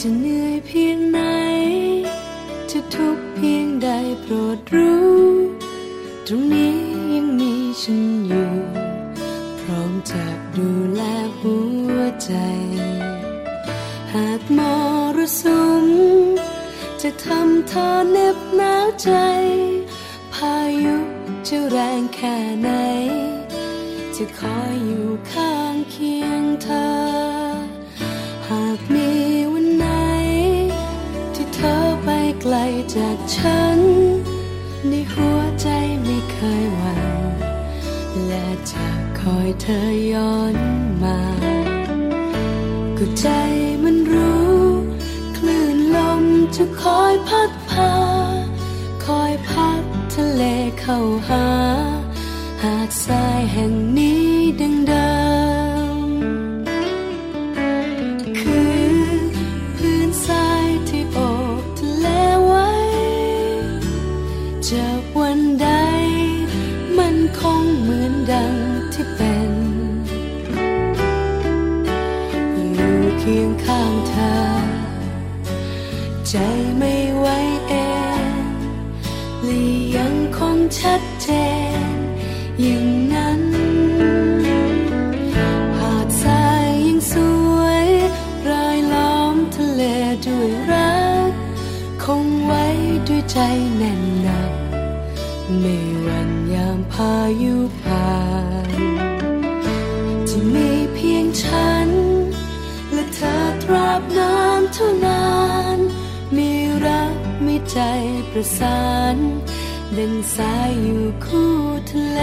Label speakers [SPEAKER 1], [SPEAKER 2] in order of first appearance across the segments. [SPEAKER 1] จะเหนื่อยเพียงไหน จะทุกข์เพียงใดโปรดรู้ ตรงนี้ยังมีฉันอยู่ พร้อมจะดูแลหัวใจ หากมรสุม จะทำเธอเหน็บหนาวใจ พายุจะแรงแค่ไหน จะคอยอยู่ข้างเคียงเธอ หากมีวันไหน ที่เธอไปไกลจากฉัน ในหัวใจไม่เคยหวั่นและจะคอยเธอย้อนมา ก็ใจมันรู้ คลื่นลมจะคอยพัดพา คอยพัดทะเลเข้าหา หาดทรายแห่งนี้ดังเดิม คือพื้นทรายที่โอบทะเลไว้ จากวันใด มันคงเหมือนดังที่เป็น อยู่เคียงข้างเธอ ใจไม่ไหวเองและยังคงชัดเจน อย่างนั้น หาดทรายยังสวยรายล้อมทะเลด้วยรัก คงไว้ด้วยใจแน่นหนัก ไม่หวันยามพายุผ่าน จะมีเพียงฉัน และเธอตราบนานเท่านาน มีรักมีใจประสานเดินสายอยู่คู่ทะเล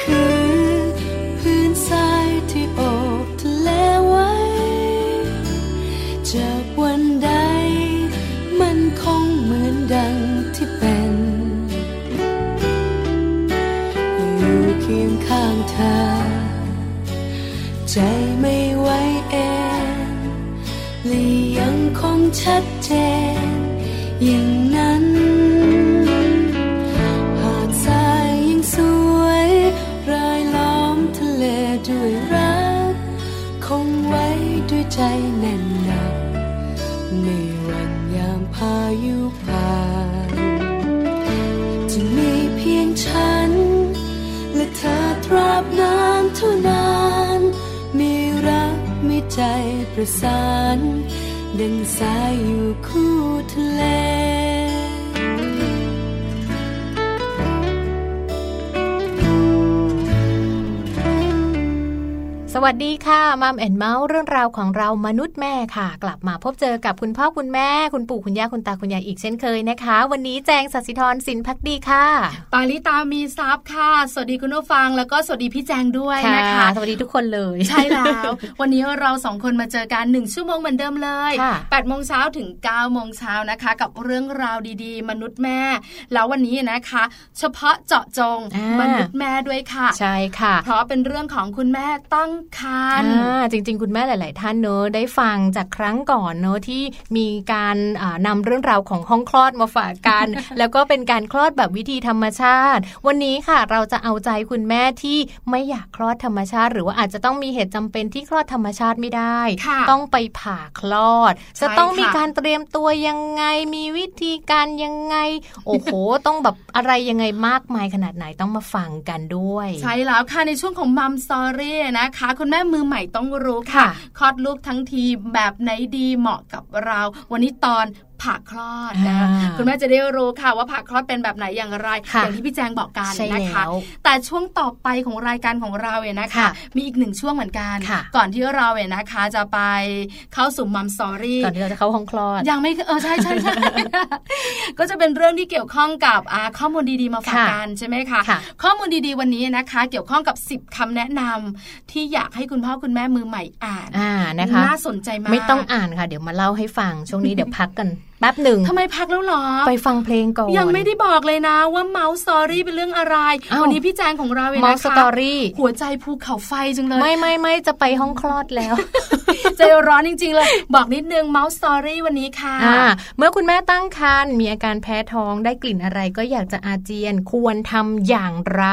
[SPEAKER 1] คือพื้นทรายที่โอบทะเลไว้ จากวันใด มันคงเหมือนดังที่เป็น อยู่เคียงข้างเธอ ใจไม่ไหวเองและยังคงชัดเจน อย่างนั้น หาดทรายยังสวยรายล้อมทะเลด้วยรัก คงไว้ด้วยใจแน่นหนัก ไม่หวันยามพายุผ่าน จะมีเพียงฉัน และเธอตราบนานเท่านาน มีรักมีใจประสานดังสายอยู่คู่ทะเล
[SPEAKER 2] สวัสดีค่ะมัมแอนเมาส์เรื่องราวของเรามนุษย์แม่ค่ะ กลับมาพบเจอกับคุณพ่อคุณแม่ คุณปู่คุณย่าคุณตาคุณยายอีกเช่นเคยนะคะ วันนี้แจงสัสิธรสินพักดีค่ะ
[SPEAKER 3] ปาลิตามีซับค่ะ สวัสดีคุณผู้ฟังแล้วก็สวัสดีพี่แจงด้วยนะคะ
[SPEAKER 2] สวัสดีทุกคนเลย
[SPEAKER 3] ใช่แล้ว วันนี้เราสองคนมาเจอกันหนึ่งชั่วโมงเหมือนเดิมเลย
[SPEAKER 2] ค่ะ
[SPEAKER 3] 8ปดโมงเช้าถึง9ก้าโมงเช้านะคะ กับเรื่องราวดีๆ มนุษย์แม่ แล้ววันนี้นะคะ เฉพาะเจาะจง
[SPEAKER 2] อ่าม
[SPEAKER 3] มนุษย์แม่ด้วยค่ะ
[SPEAKER 2] ใช่ค่ะ
[SPEAKER 3] เพราะเป็นเรื่องของคุณแม่ตั้งครรภ์
[SPEAKER 2] อ่าจริง ๆ คุณแม่หลาย ๆ ท่านเนอะได้ฟังจากครั้งก่อนเนอะที่มีการอ่านำาเรื่องราวของห้องคลอดมาฝากกัน แล้วก็เป็นการคลอดแบบวิธีธรรมชาติ วันนี้ค่ะ เราจะเอาใจคุณแม่ที่ไม่อยากคลอดธรรมชาติ หรือว่าอาจจะต้องมีเหตุจำเป็นที่คลอดธรรมชาติไม่ได้
[SPEAKER 3] ค่ะ
[SPEAKER 2] ต้องไปผ่าคลอด
[SPEAKER 3] ใช่
[SPEAKER 2] จะต้องมี
[SPEAKER 3] ค่ะ
[SPEAKER 2] การเตรียมตัวยังไงมีวิธีการยังไง โอ้โห ต้องแบบอะไรยังไงมากมายขนาดไหนต้องมาฟังกันด้วย
[SPEAKER 3] ใช่แล้วค่ะในช่วงของมัมสอรี่นะคะ คุณแม่มือใหม่ต้องรู้ค่ะ
[SPEAKER 2] ค่ะ
[SPEAKER 3] คลอดลูกทั้งทีแบบไหนดีเหมาะกับเรา วันนี้ตอน ผ่าคลอดนะ
[SPEAKER 2] อ่า
[SPEAKER 3] คุณแม่จะได้รู้ค่ะว่าผ่าคลอดเป็นแบบไหนอย่างไร
[SPEAKER 2] ค่ะ
[SPEAKER 3] อย่างที่พี่แจงบอกกัน
[SPEAKER 2] ใช่
[SPEAKER 3] นะคะ
[SPEAKER 2] แล้ว
[SPEAKER 3] แต่ช่วงต่อไปของรายการของเราเนี่ยนะคะ
[SPEAKER 2] ค่ะ
[SPEAKER 3] มีอีกหนึ่งช่วงเหมือนกัน
[SPEAKER 2] ค่ะ
[SPEAKER 3] ก่อนที่เราเนี่ยนะคะ จะไปเข้าสู่มัมสอรี่
[SPEAKER 2] ก่อนที่เราจะเข้าห้องคลอด
[SPEAKER 3] ยังไม่เออใช่ใช่ใช่ ก็จะเป็นเรื่องที่เกี่ยวข้องกับอ่าข้อมูลดีๆมาฝาก
[SPEAKER 2] ค่ะ
[SPEAKER 3] กันใช่ไหมคะ
[SPEAKER 2] ค่ะ
[SPEAKER 3] ข้อมูลดีๆวันนี้นะคะ เกี่ยวข้องกับ 10คำแนะนำที่อยากให้คุณพ่อคุณแม่มือใหม่อ่าน
[SPEAKER 2] อ่านะคะ
[SPEAKER 3] น่าสนใจมาก
[SPEAKER 2] ไม่ต้องอ่านค่ะ เดี๋ยวมาเล่าให้ฟัง ช่วงนี้เดี๋ยวพักกันแป๊บหนึ่ง
[SPEAKER 3] ทำไมพักแล้วหรอ
[SPEAKER 2] ไปฟังเพลงก่อน
[SPEAKER 3] ยังไม่ได้บอกเลยนะว่าเมาส์สตอรี่เป็นเรื่องอะไร
[SPEAKER 2] อ้าว
[SPEAKER 3] วันี้พี่แจงของเราเอง
[SPEAKER 2] มอ
[SPEAKER 3] นะ
[SPEAKER 2] ส
[SPEAKER 3] คะ
[SPEAKER 2] ตอรี่
[SPEAKER 3] หัวใจภูเขาไฟจังเลย
[SPEAKER 2] ไม่ไม่ไม่จะไปห้องคลอดแล้ว
[SPEAKER 3] ใจร้อนจริง ๆ เลย บอกนิดนึงเมาส์สตอรี่วันนี้ค่ะ
[SPEAKER 2] อ่าเมื่อคุณแม่ตั้งครรภ์มีอาการแพ้ท้องได้กลิ่นอะไรก็อยากจะอาเจียนควรทำอย่างไร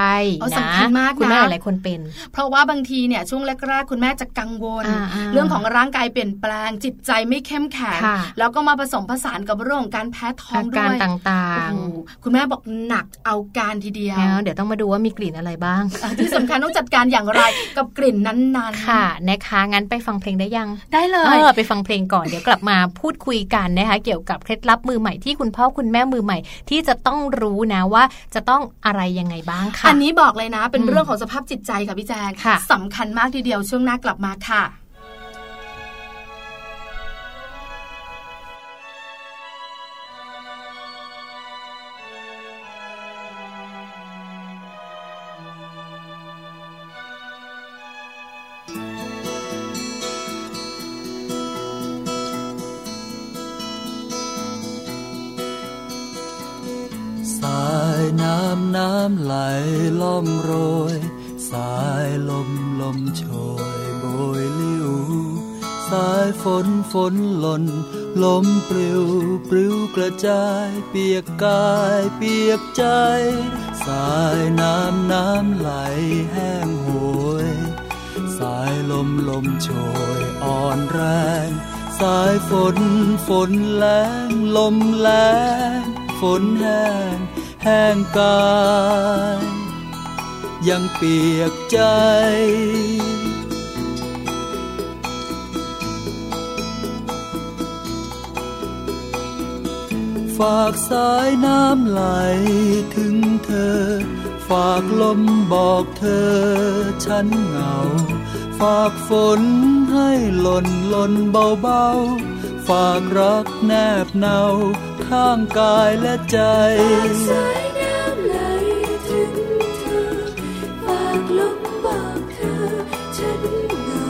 [SPEAKER 3] เอา
[SPEAKER 2] นะ
[SPEAKER 3] สำคัญมากนะ
[SPEAKER 2] คุณแม่หลายๆคนเป็น
[SPEAKER 3] เพราะว่าบางทีเนี่ยช่วงแรกๆคุณแม่จะกังวล
[SPEAKER 2] อ่าอ่า
[SPEAKER 3] เรื่องของร่างกายเปลี่ยนแปลง จิตใจไม่เข้มแข็ง
[SPEAKER 2] ค่ะ
[SPEAKER 3] แล้วก็มาผสมผสานกับเรื่องของการแพ้ท้อง
[SPEAKER 2] อา
[SPEAKER 3] ด้
[SPEAKER 2] การ
[SPEAKER 3] วย
[SPEAKER 2] ต่าง
[SPEAKER 3] โอ้โหคุณแม่บอกหนักเอาการทีเดีย
[SPEAKER 2] ๆ
[SPEAKER 3] ว
[SPEAKER 2] แล้วเดี๋ยวต้องมาดูว่ามีกลิ่นอะไรบ้าง
[SPEAKER 3] อ่ะที่สำคัญต้องจัดการอย่างไร กับกลิ่นนั้นๆ
[SPEAKER 2] ค่ะนะคะงั้นไปฟังเพลงได้ยัง
[SPEAKER 3] ได้เล
[SPEAKER 2] เอย อไปฟังเพลงก่อนเดี๋ยวกลับมาพูดคุยกันนะคะเกี่ยวกับเคล็ดลับมือใหม่ที่คุณพ่อคุณแม่มือใหม่ ที่จะต้องรู้นะว่าจะต้องอะไรยังไงบ้างค่ะ
[SPEAKER 3] อันนี้บอกเลยนะ เป็น
[SPEAKER 2] อืม
[SPEAKER 3] เรื่องของสภาพจิตใจค่ะพี่แจง
[SPEAKER 2] ค่ะ
[SPEAKER 3] สำคัญมากทีเดียวช่วงหน้ากลับมาค่ะ
[SPEAKER 4] สายน้ำน้ำไหลล่อมโรย สายลมลมโชยโบยลิว สายฝนฝนหล่น ลมปลิวปลิวกระจาย เปียกกายเปียกใจ สายน้ำน้ำไหลแห้งโหย สายลมลมโชยอ่อนแรง สายฝนฝนแรงลมแรงฝนแห้งแห้งกาย ยังเปียกใจ ฝากสายน้ำไหลถึงเธอ ฝากลมบอกเธอ ฉันเหงา ฝากฝนให้หล่นหล่นเบาๆ ฝากรักแนบเนาข้างกายและใจ
[SPEAKER 5] สายน้ำไหลถึงเธอ ฝากลมบอกเธอ ฉันเหงา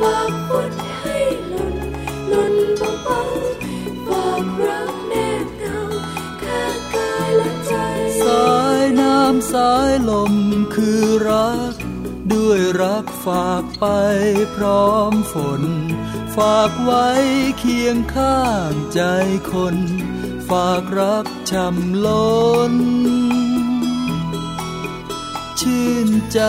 [SPEAKER 5] ฝากฝนให้หล่นหล่นเบาๆฝากรักแนบเงาข้างกายและใจ
[SPEAKER 4] สายน้ำสายลมคือรัก ด้วยรักฝากไปพร้อมฝน ฝากไว้เคียงข้างใจคน ฝากรักช่ำล้น ชื่นใจ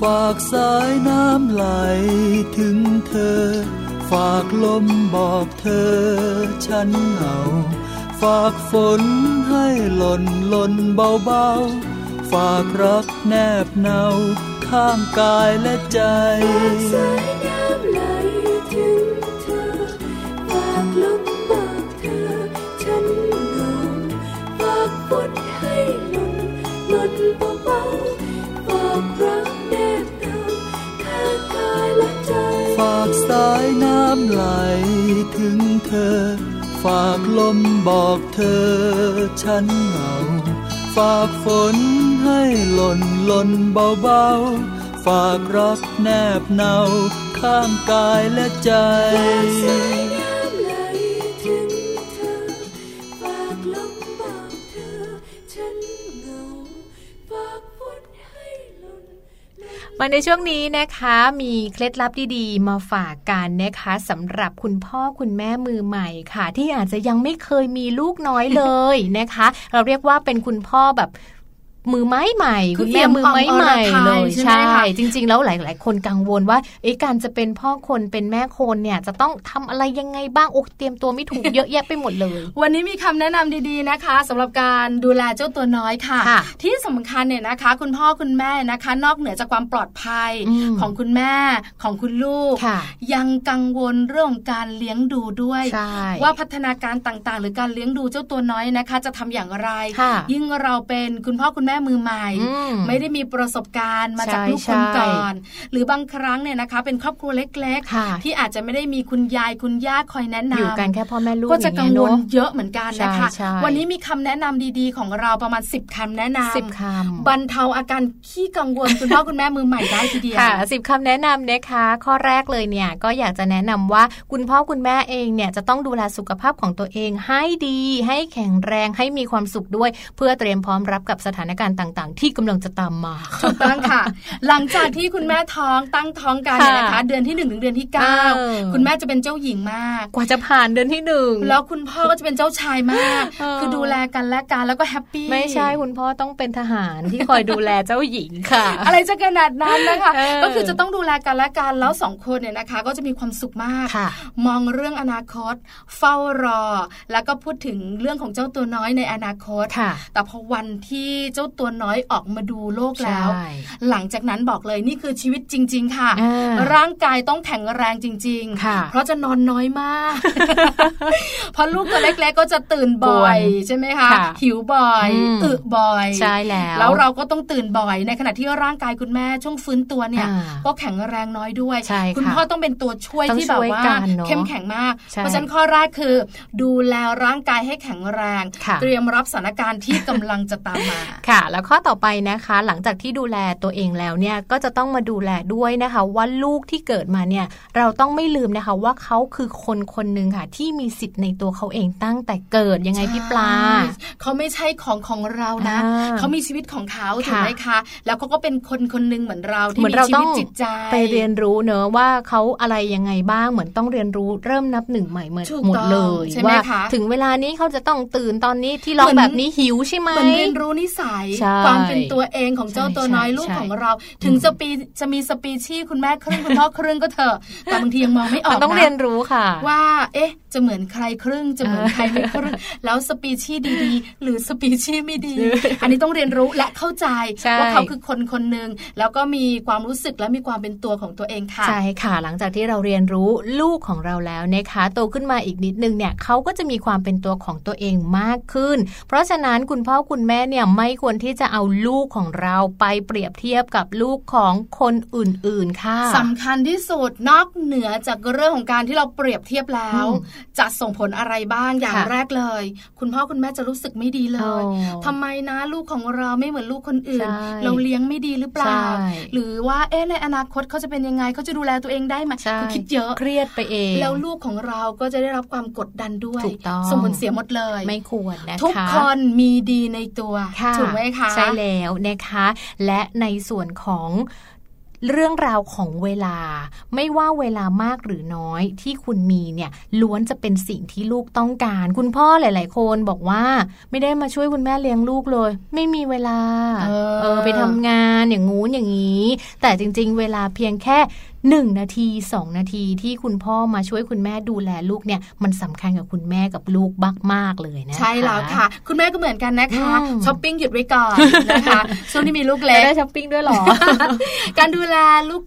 [SPEAKER 4] ฝากสายน้ำไหลถึงเธอ ฝากลมบอกเธอ ฉันเหงา ฝากฝนให้หล่นหล่นเบาๆ ฝากรักแนบเนาข้างกายและใจ
[SPEAKER 5] สายน้ำไหลถึงเธอ ฝากลมบอกเธอ ฉันเหงา ฝากฝนให้หล่นหล่นเบาๆ ฝากรักแนบเงาข้างกายและใจ
[SPEAKER 4] ฝากสายน้ำไหลถึงเธอ ฝากลมบอกเธอ ฉันเหงา ฝากฝนให้หล่นหล่นเบาๆ ฝากรักแนบเนาข้างกายและใจ
[SPEAKER 5] สายน้ำไหลถึงเธอ ฝากลมบอกเธอ ฉันเหงา ฝากฝนให้หล่น
[SPEAKER 2] มาในช่วงนี้นะคะมีเคล็ดลับดีๆ มาฝากกันนะคะสำหรับคุณพ่อคุณแม่มือใหม่ค่ะ ที่อาจจะยังไม่เคยมีลูกน้อยเลย นะคะ เราเรียกว่าเป็นคุณพ่อแบบ มือไม้ใหม่
[SPEAKER 3] คื
[SPEAKER 2] คุ
[SPEAKER 3] อ
[SPEAKER 2] ณแม่
[SPEAKER 3] เอี่ยม
[SPEAKER 2] มือไม้ใหม่
[SPEAKER 3] อ่อนๆ
[SPEAKER 2] เล
[SPEAKER 3] ระทาย
[SPEAKER 2] ย
[SPEAKER 3] ใช่ไหมคะ
[SPEAKER 2] จริง ๆ แล้วหลาย ๆ คนกังวลว่าเอ๊ะการจะเป็นพ่อคนเป็นแม่คนเนี่ยจะต้องทำอะไรยังไงบ้างโอ้เตรียมตัวไม่ถูกเยอะแยะไปหมดเลย
[SPEAKER 3] วันนี้มีคำแนะนำดีๆนะคะสำหรับการดูแลเจ้าตัวน้อยค่ะ
[SPEAKER 2] ค่ะ
[SPEAKER 3] ที่สำคัญเนี่ยนะคะ คุณพ่อคุณแม่นะคะ นอกเหนือจากความปลอดภัย
[SPEAKER 2] อืม
[SPEAKER 3] ของคุณแม่ของคุณลูก
[SPEAKER 2] ค่ะ
[SPEAKER 3] ยังกังวลเรื่องของการเลี้ยงดูด้วย
[SPEAKER 2] ใช่
[SPEAKER 3] ว่าพัฒนาการต่างๆ หรือการเลี้ยงดูเจ้าตัวน้อยนะคะ จะทำอย่างไร
[SPEAKER 2] ค่ะ
[SPEAKER 3] ยิ่งเราเป็นคุณพ่อคุณแม่มือใหม่
[SPEAKER 2] อืม
[SPEAKER 3] ไม่ได้มีประสบการณ์มาจาก
[SPEAKER 2] ใช่
[SPEAKER 3] ลูกคน
[SPEAKER 2] ใช่
[SPEAKER 3] ก่อน หรือบางครั้งเนี่ยนะคะ เป็นครอบครัวเล็ก
[SPEAKER 2] ค่ะ
[SPEAKER 3] ๆ ที่อาจจะไม่ได้มีคุณยายคุณย่าคอยแนะนำ
[SPEAKER 2] อยู่กันแค่พ่อแม่ลูก
[SPEAKER 3] ก็จะ
[SPEAKER 2] อย่า
[SPEAKER 3] กัง
[SPEAKER 2] เยว เน
[SPEAKER 3] ล
[SPEAKER 2] อะ
[SPEAKER 3] เยอะเหมือนกันนะคะ
[SPEAKER 2] ใช่ใช่
[SPEAKER 3] วันนี้มีคำแนะนำดีๆ ของเราประมาณ 10คำแนะนำ
[SPEAKER 2] สิบคำ
[SPEAKER 3] บรรเทาอาการขี้กังวล คุณพ่อคุณแม่มือใหม่ได้ทีเดียว
[SPEAKER 2] ค่ะสิบคำแนะนำนะคะ ข้อแรกเลยเนี่ยก็อยากจะแนะนำว่าคุณพ่อคุณแม่เองเนี่ยจะต้องดูแลสุขภาพของตัวเองให้ดี ให้แข็งแรงให้มีความสุขด้วย เพื่อเตรียมพร้อมรับกับสถานการณ์ต่าง ๆ ที่กำลังจะตามมา
[SPEAKER 3] ถูกต้อง ค่ะ หลังจากที่คุณแม่ท้องตั้งท้องกันเนี่ยนะคะ
[SPEAKER 2] ค่ะ
[SPEAKER 3] เดือนที่หนึ่งถึงเดือนที่เก้า
[SPEAKER 2] เออ
[SPEAKER 3] คุณแม่จะเป็นเจ้าหญิงมาก
[SPEAKER 2] กว่าจะผ่านเดือนที่หนึ่ง
[SPEAKER 3] แล้วคุณพ่อก็จะเป็นเจ้าชายมาก
[SPEAKER 2] เออ
[SPEAKER 3] คือดูแลกันและกันแล้วก็แฮปปี้
[SPEAKER 2] ไม่ใช่คุณพ่อต้องเป็นทหารที่คอยดูแลเจ้าหญิงค่ะ
[SPEAKER 3] อะไรจะขนาดนั้นนะคะ
[SPEAKER 2] เออ
[SPEAKER 3] ก็คือจะต้องดูแลกันและกันแล้วสองคนเนี่ยนะคะ ก็จะมีความสุขมาก
[SPEAKER 2] ค่ะ
[SPEAKER 3] มองเรื่องอนาคต เฝ้ารอ แล้วก็พูดถึงเรื่องของเจ้าตัวน้อยในอนาคต
[SPEAKER 2] ค่ะ
[SPEAKER 3] แต่พอวันที่เจ้าตัวน้อยออกมาดูโลกแล้ว
[SPEAKER 2] ใช่
[SPEAKER 3] หลังจากนั้นบอกเลยนี่คือชีวิตจริง ๆ ค่ะ
[SPEAKER 2] อ่า
[SPEAKER 3] ร่างกายต้องแข็งแรงจริง
[SPEAKER 2] ค่ะ
[SPEAKER 3] ๆ เพราะจะนอนน้อยมาก เพราะลูกตัวเล็กๆก็จะตื่นบ่อย
[SPEAKER 2] กวน
[SPEAKER 3] ใช่ไหมคะ
[SPEAKER 2] ค่ะ
[SPEAKER 3] หิวบ่อย
[SPEAKER 2] อืม
[SPEAKER 3] อึบ่อย
[SPEAKER 2] ใช่แล้ว
[SPEAKER 3] แล้วเราก็ต้องตื่นบ่อย ในขณะที่ร่างกายคุณแม่ช่วงฟื้นตัวเนี่ย
[SPEAKER 2] อ่า
[SPEAKER 3] ก็แข็งแรงน้อยด้วย
[SPEAKER 2] ใช่ค่ะ
[SPEAKER 3] คุณพ่อต้องเป็นตัวช่วย
[SPEAKER 2] ต้อง
[SPEAKER 3] ที่แบบ
[SPEAKER 2] ช่วย
[SPEAKER 3] ว่า
[SPEAKER 2] กันเนอะ
[SPEAKER 3] เข้มแข็งมาก
[SPEAKER 2] ใช่
[SPEAKER 3] เพราะฉะนั้นข้อแรกคือ ดูแลร่างกายให้แข็งแรง
[SPEAKER 2] ค่ะ
[SPEAKER 3] เตรียมรับสถานการณ์ที่กำลังจะตามมา
[SPEAKER 2] ค่ะ แล้วข้อต่อไปนะคะ หลังจากที่ดูแลตัวเองแล้วเนี่ยก็จะต้องมาดูแลด้วยนะคะ ว่าลูกที่เกิดมาเนี่ย เราต้องไม่ลืมนะคะว่าเขาคือคนคนหนึ่งค่ะ ที่มีสิทธิ์ในตัวเขาเองตั้งแต่เกิดยังไงพี่ปลา
[SPEAKER 3] ใช่เขาไม่ใช่ของของเรานะ
[SPEAKER 2] อ่า
[SPEAKER 3] เขามีชีวิตของเขา
[SPEAKER 2] ค่ะ
[SPEAKER 3] ถูกไหมคะ แล้วเขาก็เป็นคนคนหนึ่งเหมือนเราที่
[SPEAKER 2] เหมือ
[SPEAKER 3] มี
[SPEAKER 2] นเรา
[SPEAKER 3] ชี
[SPEAKER 2] ต้
[SPEAKER 3] วิ
[SPEAKER 2] อ
[SPEAKER 3] ต
[SPEAKER 2] ง
[SPEAKER 3] จิตใจ
[SPEAKER 2] ไปเรียนรู้เนอะว่าเขาอะไรยังไงบ้างเหมือนต้องเรียนรู้เริ่มนับหนึ่งใหม่เหมือน
[SPEAKER 3] ถูก
[SPEAKER 2] หมด
[SPEAKER 3] ต้อง
[SPEAKER 2] เลย
[SPEAKER 3] ใช่ไหม
[SPEAKER 2] ว่า
[SPEAKER 3] คะ
[SPEAKER 2] ถึงเวลานี้เขาจะต้องตื่นตอนนี้ที่ร้อง
[SPEAKER 3] เหมือน
[SPEAKER 2] แบบนี้หิวใช่ไหม
[SPEAKER 3] เหมือนเรียนรู้นิสัย
[SPEAKER 2] ใช่
[SPEAKER 3] ความเป็นตัวเองของเจ้า
[SPEAKER 2] ใช่
[SPEAKER 3] ตัวน้อย
[SPEAKER 2] ใช่
[SPEAKER 3] ลูก
[SPEAKER 2] ใช่
[SPEAKER 3] ของเรา ถึง
[SPEAKER 2] อืม
[SPEAKER 3] จะปีจะมีสปีชีส์คุณแม่ครึ่งคุณพ่อครึ่งก็เถอะแต่บางทียังมองไม่ออ
[SPEAKER 2] มั
[SPEAKER 3] ก
[SPEAKER 2] นต้อง
[SPEAKER 3] นะ
[SPEAKER 2] เรียนรู้ค่ะ
[SPEAKER 3] ว่า เอ๊ะ จะเหมือนใครครึ่ง จะเหมือนใครไม่ครึ่ง แล้วสปีชีส์ดีๆ หรือสปีชีส์ไม่ ดี อันนี้ต้องเรียนรู้และเข้าใจ
[SPEAKER 2] ใช่
[SPEAKER 3] ว่าเขาคือคนคนหนึ่ง แล้วก็มีความรู้สึกและมีความเป็นตัวของตัวเองค่ะ
[SPEAKER 2] ใช่ค่ะหลังจากที่เราเรียนรู้ลูกของเราแล้วนะคะโตขึ้นมาอีกนิดนึงเนี่ยเขาก็จะมีความเป็นตัวของตัวเองมากขึ้น เพราะฉะนั้นคุณพ่อคุณแม่เนี่ยไม่ควรที่จะเอาลูกของเราไปเปรียบเทียบกับลูกของคนอื่นๆค่ะ
[SPEAKER 3] สำคัญที่สุดนอกเหนือจากเรื่องของการที่เราเปรียบเทียบแล้ว
[SPEAKER 2] อื
[SPEAKER 3] จะส่งผลอะไรบ้างอย่าง
[SPEAKER 2] ค่ะ
[SPEAKER 3] แรกเลย คุณพ่อคุณแม่จะรู้สึกไม่ดีเลย
[SPEAKER 2] โอ้
[SPEAKER 3] ทำไมนะลูกของเราไม่เหมือนลูกคนอื่น
[SPEAKER 2] ใช่
[SPEAKER 3] เราเลี้ยงไม่ดีหรือเปล่า
[SPEAKER 2] ใช่
[SPEAKER 3] หรือว่าเอ๊ะในอนาคตเขาจะเป็นยังไงเขาจะดูแลตัวเองได้ไหม
[SPEAKER 2] ใช่
[SPEAKER 3] คือคิดเยอะ
[SPEAKER 2] เครียดไปเอง
[SPEAKER 3] แล้วลูกของเราก็จะได้รับความกดดันด้วย
[SPEAKER 2] ถูกต้อง
[SPEAKER 3] ส่งผลเสียหมดเลย
[SPEAKER 2] ไม่ควรนะคะ
[SPEAKER 3] ทุกคนมีดีในตัว
[SPEAKER 2] ค่ะ
[SPEAKER 3] ถูกไหมคะ
[SPEAKER 2] ใช่แล้วนะคะ และในส่วนของเรื่องราวของเวลา ไม่ว่าเวลามากหรือน้อยที่คุณมีเนี่ยล้วนจะเป็นสิ่งที่ลูกต้องการ คุณพ่อหลาย ๆ คนบอกว่าไม่ได้มาช่วยคุณแม่เลี้ยงลูกเลย ไม่มีเวลาอไปทำงานอย่างงู้นอย่างนี้ แต่จริง ๆ เวลาเพียงแค่ 1 นาที 2 นาทีที่คุณพ่อมาช่วยคุณแม่ดูแลลูกเนี่ยมันสำคัญกับคุณแม่กับลูกมากๆเลยนะคะ
[SPEAKER 3] ใช่แล้วค่ะ คุณแม่ก็เหมือนกันนะคะ
[SPEAKER 2] อืม
[SPEAKER 3] ช้อปปิ้งหยุดไว้ ก่อนนะคะช่วงที่มีลูก
[SPEAKER 2] จะ
[SPEAKER 3] เล็ก
[SPEAKER 2] ได้ช้อปปิ้งด้วยเหรอ
[SPEAKER 3] การดูแล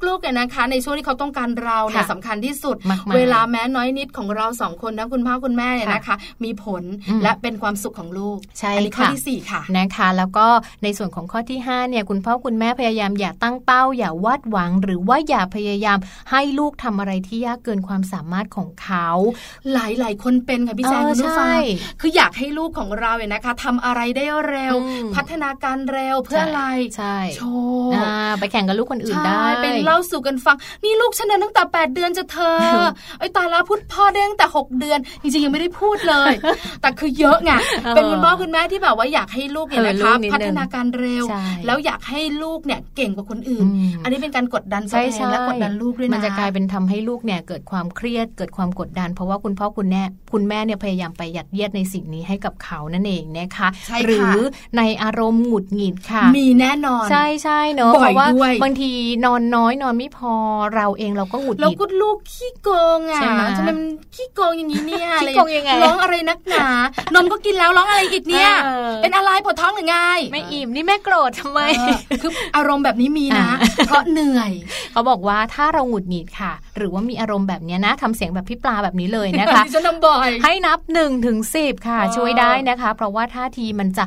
[SPEAKER 3] ลูกๆเนี่ยนะคะ ในช่วงที่เขาต้องการเราเนี่ย
[SPEAKER 2] ค่ะ
[SPEAKER 3] สำคัญที่สุด
[SPEAKER 2] มากๆ
[SPEAKER 3] เวลาแม้น้อยนิดของเราสองคนทั้งคุณพ่อคุณแม่เนี่ยนะคะ มีผล
[SPEAKER 2] อืม
[SPEAKER 3] และเป็นความสุขของลูก
[SPEAKER 2] ใช่
[SPEAKER 3] อันี้ข้อ
[SPEAKER 2] ค่ะ
[SPEAKER 3] ที่สี่ค่ะ
[SPEAKER 2] นะคะแล้วก็ในส่วนของข้อที่5เนี่ยคุณพ่อคุณแม่พยายามอย่าตั้งเป้า อย่าวาดหวัง หรือว่าอย่าพยายามให้ลูกทำอะไรที่ยากเกินความสามารถของเขา
[SPEAKER 3] หลายๆ คนเป็นค่ะพี่แจง
[SPEAKER 2] เออ
[SPEAKER 3] คุณผู้ฟั
[SPEAKER 2] ใช่
[SPEAKER 3] ง คืออยากให้ลูกของเราเนี่ยนะคะทำอะไรได้เร็ว
[SPEAKER 2] อืม
[SPEAKER 3] พัฒนาการเร็วเพื่ออะไร
[SPEAKER 2] ใช่
[SPEAKER 3] โชว์
[SPEAKER 2] อ่าไปแข่งกับลูกคนอื่น
[SPEAKER 3] ใช่
[SPEAKER 2] ได้
[SPEAKER 3] เป็นเล่าสู่กันฟัง นี่ลูกฉันนะตั้งแต่ 8 เดือนจะเธอ ไอ้ตายละพูดพ่อได้ตั้งแต่ 6 เดือน จริงๆ ยังไม่ได้พูดเลย แต่คือเยอะไง
[SPEAKER 2] เออ
[SPEAKER 3] เป็นคุณพ่อคุณแม่ที่แบบว่าอยากให้ลูกเนี่ยนะ
[SPEAKER 2] เออลู
[SPEAKER 3] คะ
[SPEAKER 2] กนิดนึง
[SPEAKER 3] พัฒนาการเร็ว
[SPEAKER 2] ใช่
[SPEAKER 3] แล้วอยากให้ลูกเนี่ยเก่งกว่าคนอื่น
[SPEAKER 2] อืม
[SPEAKER 3] อันนี้เป็นการกดดันตัว
[SPEAKER 2] ใช่
[SPEAKER 3] เองและ
[SPEAKER 2] ใช่
[SPEAKER 3] กดดัน ลูกด้วยนะ
[SPEAKER 2] มันจะกลายเป็นทำให้ลูกเนี่ยเกิดความเครียดเกิดความกดดัน เพราะว่าคุณพ่อคุณแม่คุณแม่เนี่ยพยายามไปยัดเยียดในสิ่งนี้ให้กับเขานั่นเองนะคะ
[SPEAKER 3] ใช่ค่ะ
[SPEAKER 2] หรือในอารมณ์หงุดหงิดค่ะ
[SPEAKER 3] มีแน่นอน
[SPEAKER 2] ใช่ใช่เนอะ
[SPEAKER 3] บ่
[SPEAKER 2] เพ
[SPEAKER 3] อย
[SPEAKER 2] ราะว่า
[SPEAKER 3] ด้วย
[SPEAKER 2] บางทีนอนน้อยนอนไม่พอเราเองเราก็หงุดห
[SPEAKER 3] แล้ว
[SPEAKER 2] งิด
[SPEAKER 3] ก็ลูกขี้โกงอ่ะ
[SPEAKER 2] ใช่ไหม
[SPEAKER 3] ทำไมมันขี้โกงอย่างนี้เนี่ย
[SPEAKER 2] ขี้โกงยังไง
[SPEAKER 3] ร้องอะไรนักหนานมก็กินแล้วร้องอะไรอีกเนี่ย
[SPEAKER 2] เออ
[SPEAKER 3] เป็นอะไรปวดท้องหรือไง
[SPEAKER 2] ไม่อิ่มนี่แม่โกรธทำไม
[SPEAKER 3] เออคืออารมณ์แบบนี้มีนะ
[SPEAKER 2] อ่า
[SPEAKER 3] เพราะเหนื่อย
[SPEAKER 2] เขาบอกว่าถ้าเราหงุดหงิดค่ะ หรือว่ามีอารมณ์แบบเนี้ยนะทำเสียงแบบพี่ปลาแบบนี้เลยนะคะ
[SPEAKER 3] ดิฉันทำบ่อย
[SPEAKER 2] ให้นับ1นถึงสิค่ะ
[SPEAKER 3] อ๋อ
[SPEAKER 2] ช่วยได้นะคะ เพราะว่าท่าทีมันจะ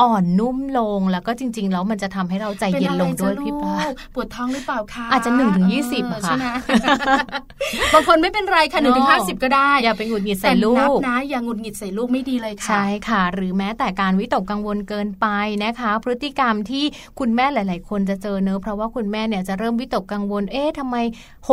[SPEAKER 2] อ่อนนุ่มลงแล้วก็จริง ๆ แล้วมันจะทำให้เราใจ
[SPEAKER 3] ป็
[SPEAKER 2] เย็น
[SPEAKER 3] อะไร
[SPEAKER 2] ลงด้วย
[SPEAKER 3] จ๊ะ
[SPEAKER 2] พี่ปลา
[SPEAKER 3] ลูกปวดท้องหรือเปล่าคะ
[SPEAKER 2] อาจจะ1-20อะค่ะ
[SPEAKER 3] เใช่ไหม บางคนไม่เป็นไรค่ะหนึ่งถึ
[SPEAKER 2] เน
[SPEAKER 3] ง
[SPEAKER 2] อะ
[SPEAKER 3] ห้าสิบก็ได้
[SPEAKER 2] อย่าไปหงุดหงิดใส่ลู
[SPEAKER 3] แต่นับ
[SPEAKER 2] ก
[SPEAKER 3] นะอย่าหงุดหงิดใส่ลูกไม่ดีเลยค่ะ
[SPEAKER 2] ใช่ค่ะ หรือแม้แต่การวิตกกังวลเกินไปนะคะ พฤติกรรมที่คุณแม่หลาย ๆ คนจะเจอเนอะเพราะว่าคุณแม่เนี่ยจะเริ่มวิตกกังวลเอ๊ะทำไม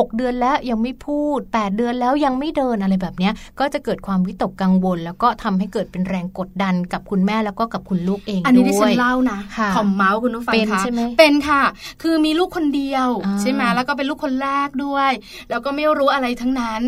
[SPEAKER 2] 6 เดือนแล้วยังไม่พูด 8 เดือนแล้วยังไม่เดินอะไรแบบเนี้ย ก็จะเกิดความวิตกกังวล แล้วก็ทำให้เกิดเป็นแรงกดดันกับคุณแม่แล้วก็กับคุณลูกเอง
[SPEAKER 3] อันนี้ดิ
[SPEAKER 2] ด้
[SPEAKER 3] ฉั
[SPEAKER 2] วย
[SPEAKER 3] นเล่านะ
[SPEAKER 2] ค่ะ
[SPEAKER 3] ของเมาส์คุณผู้ฟัง
[SPEAKER 2] เป็น
[SPEAKER 3] ค่ะ
[SPEAKER 2] ใช่ไหม
[SPEAKER 3] เป็นค่ะ คือมีลูกคนเดียว
[SPEAKER 2] อ่า
[SPEAKER 3] ใช่ไหมแล้วก็เป็นลูกคนแรกด้วย แล้วก็ไม่รู้อะไรทั้งนั้น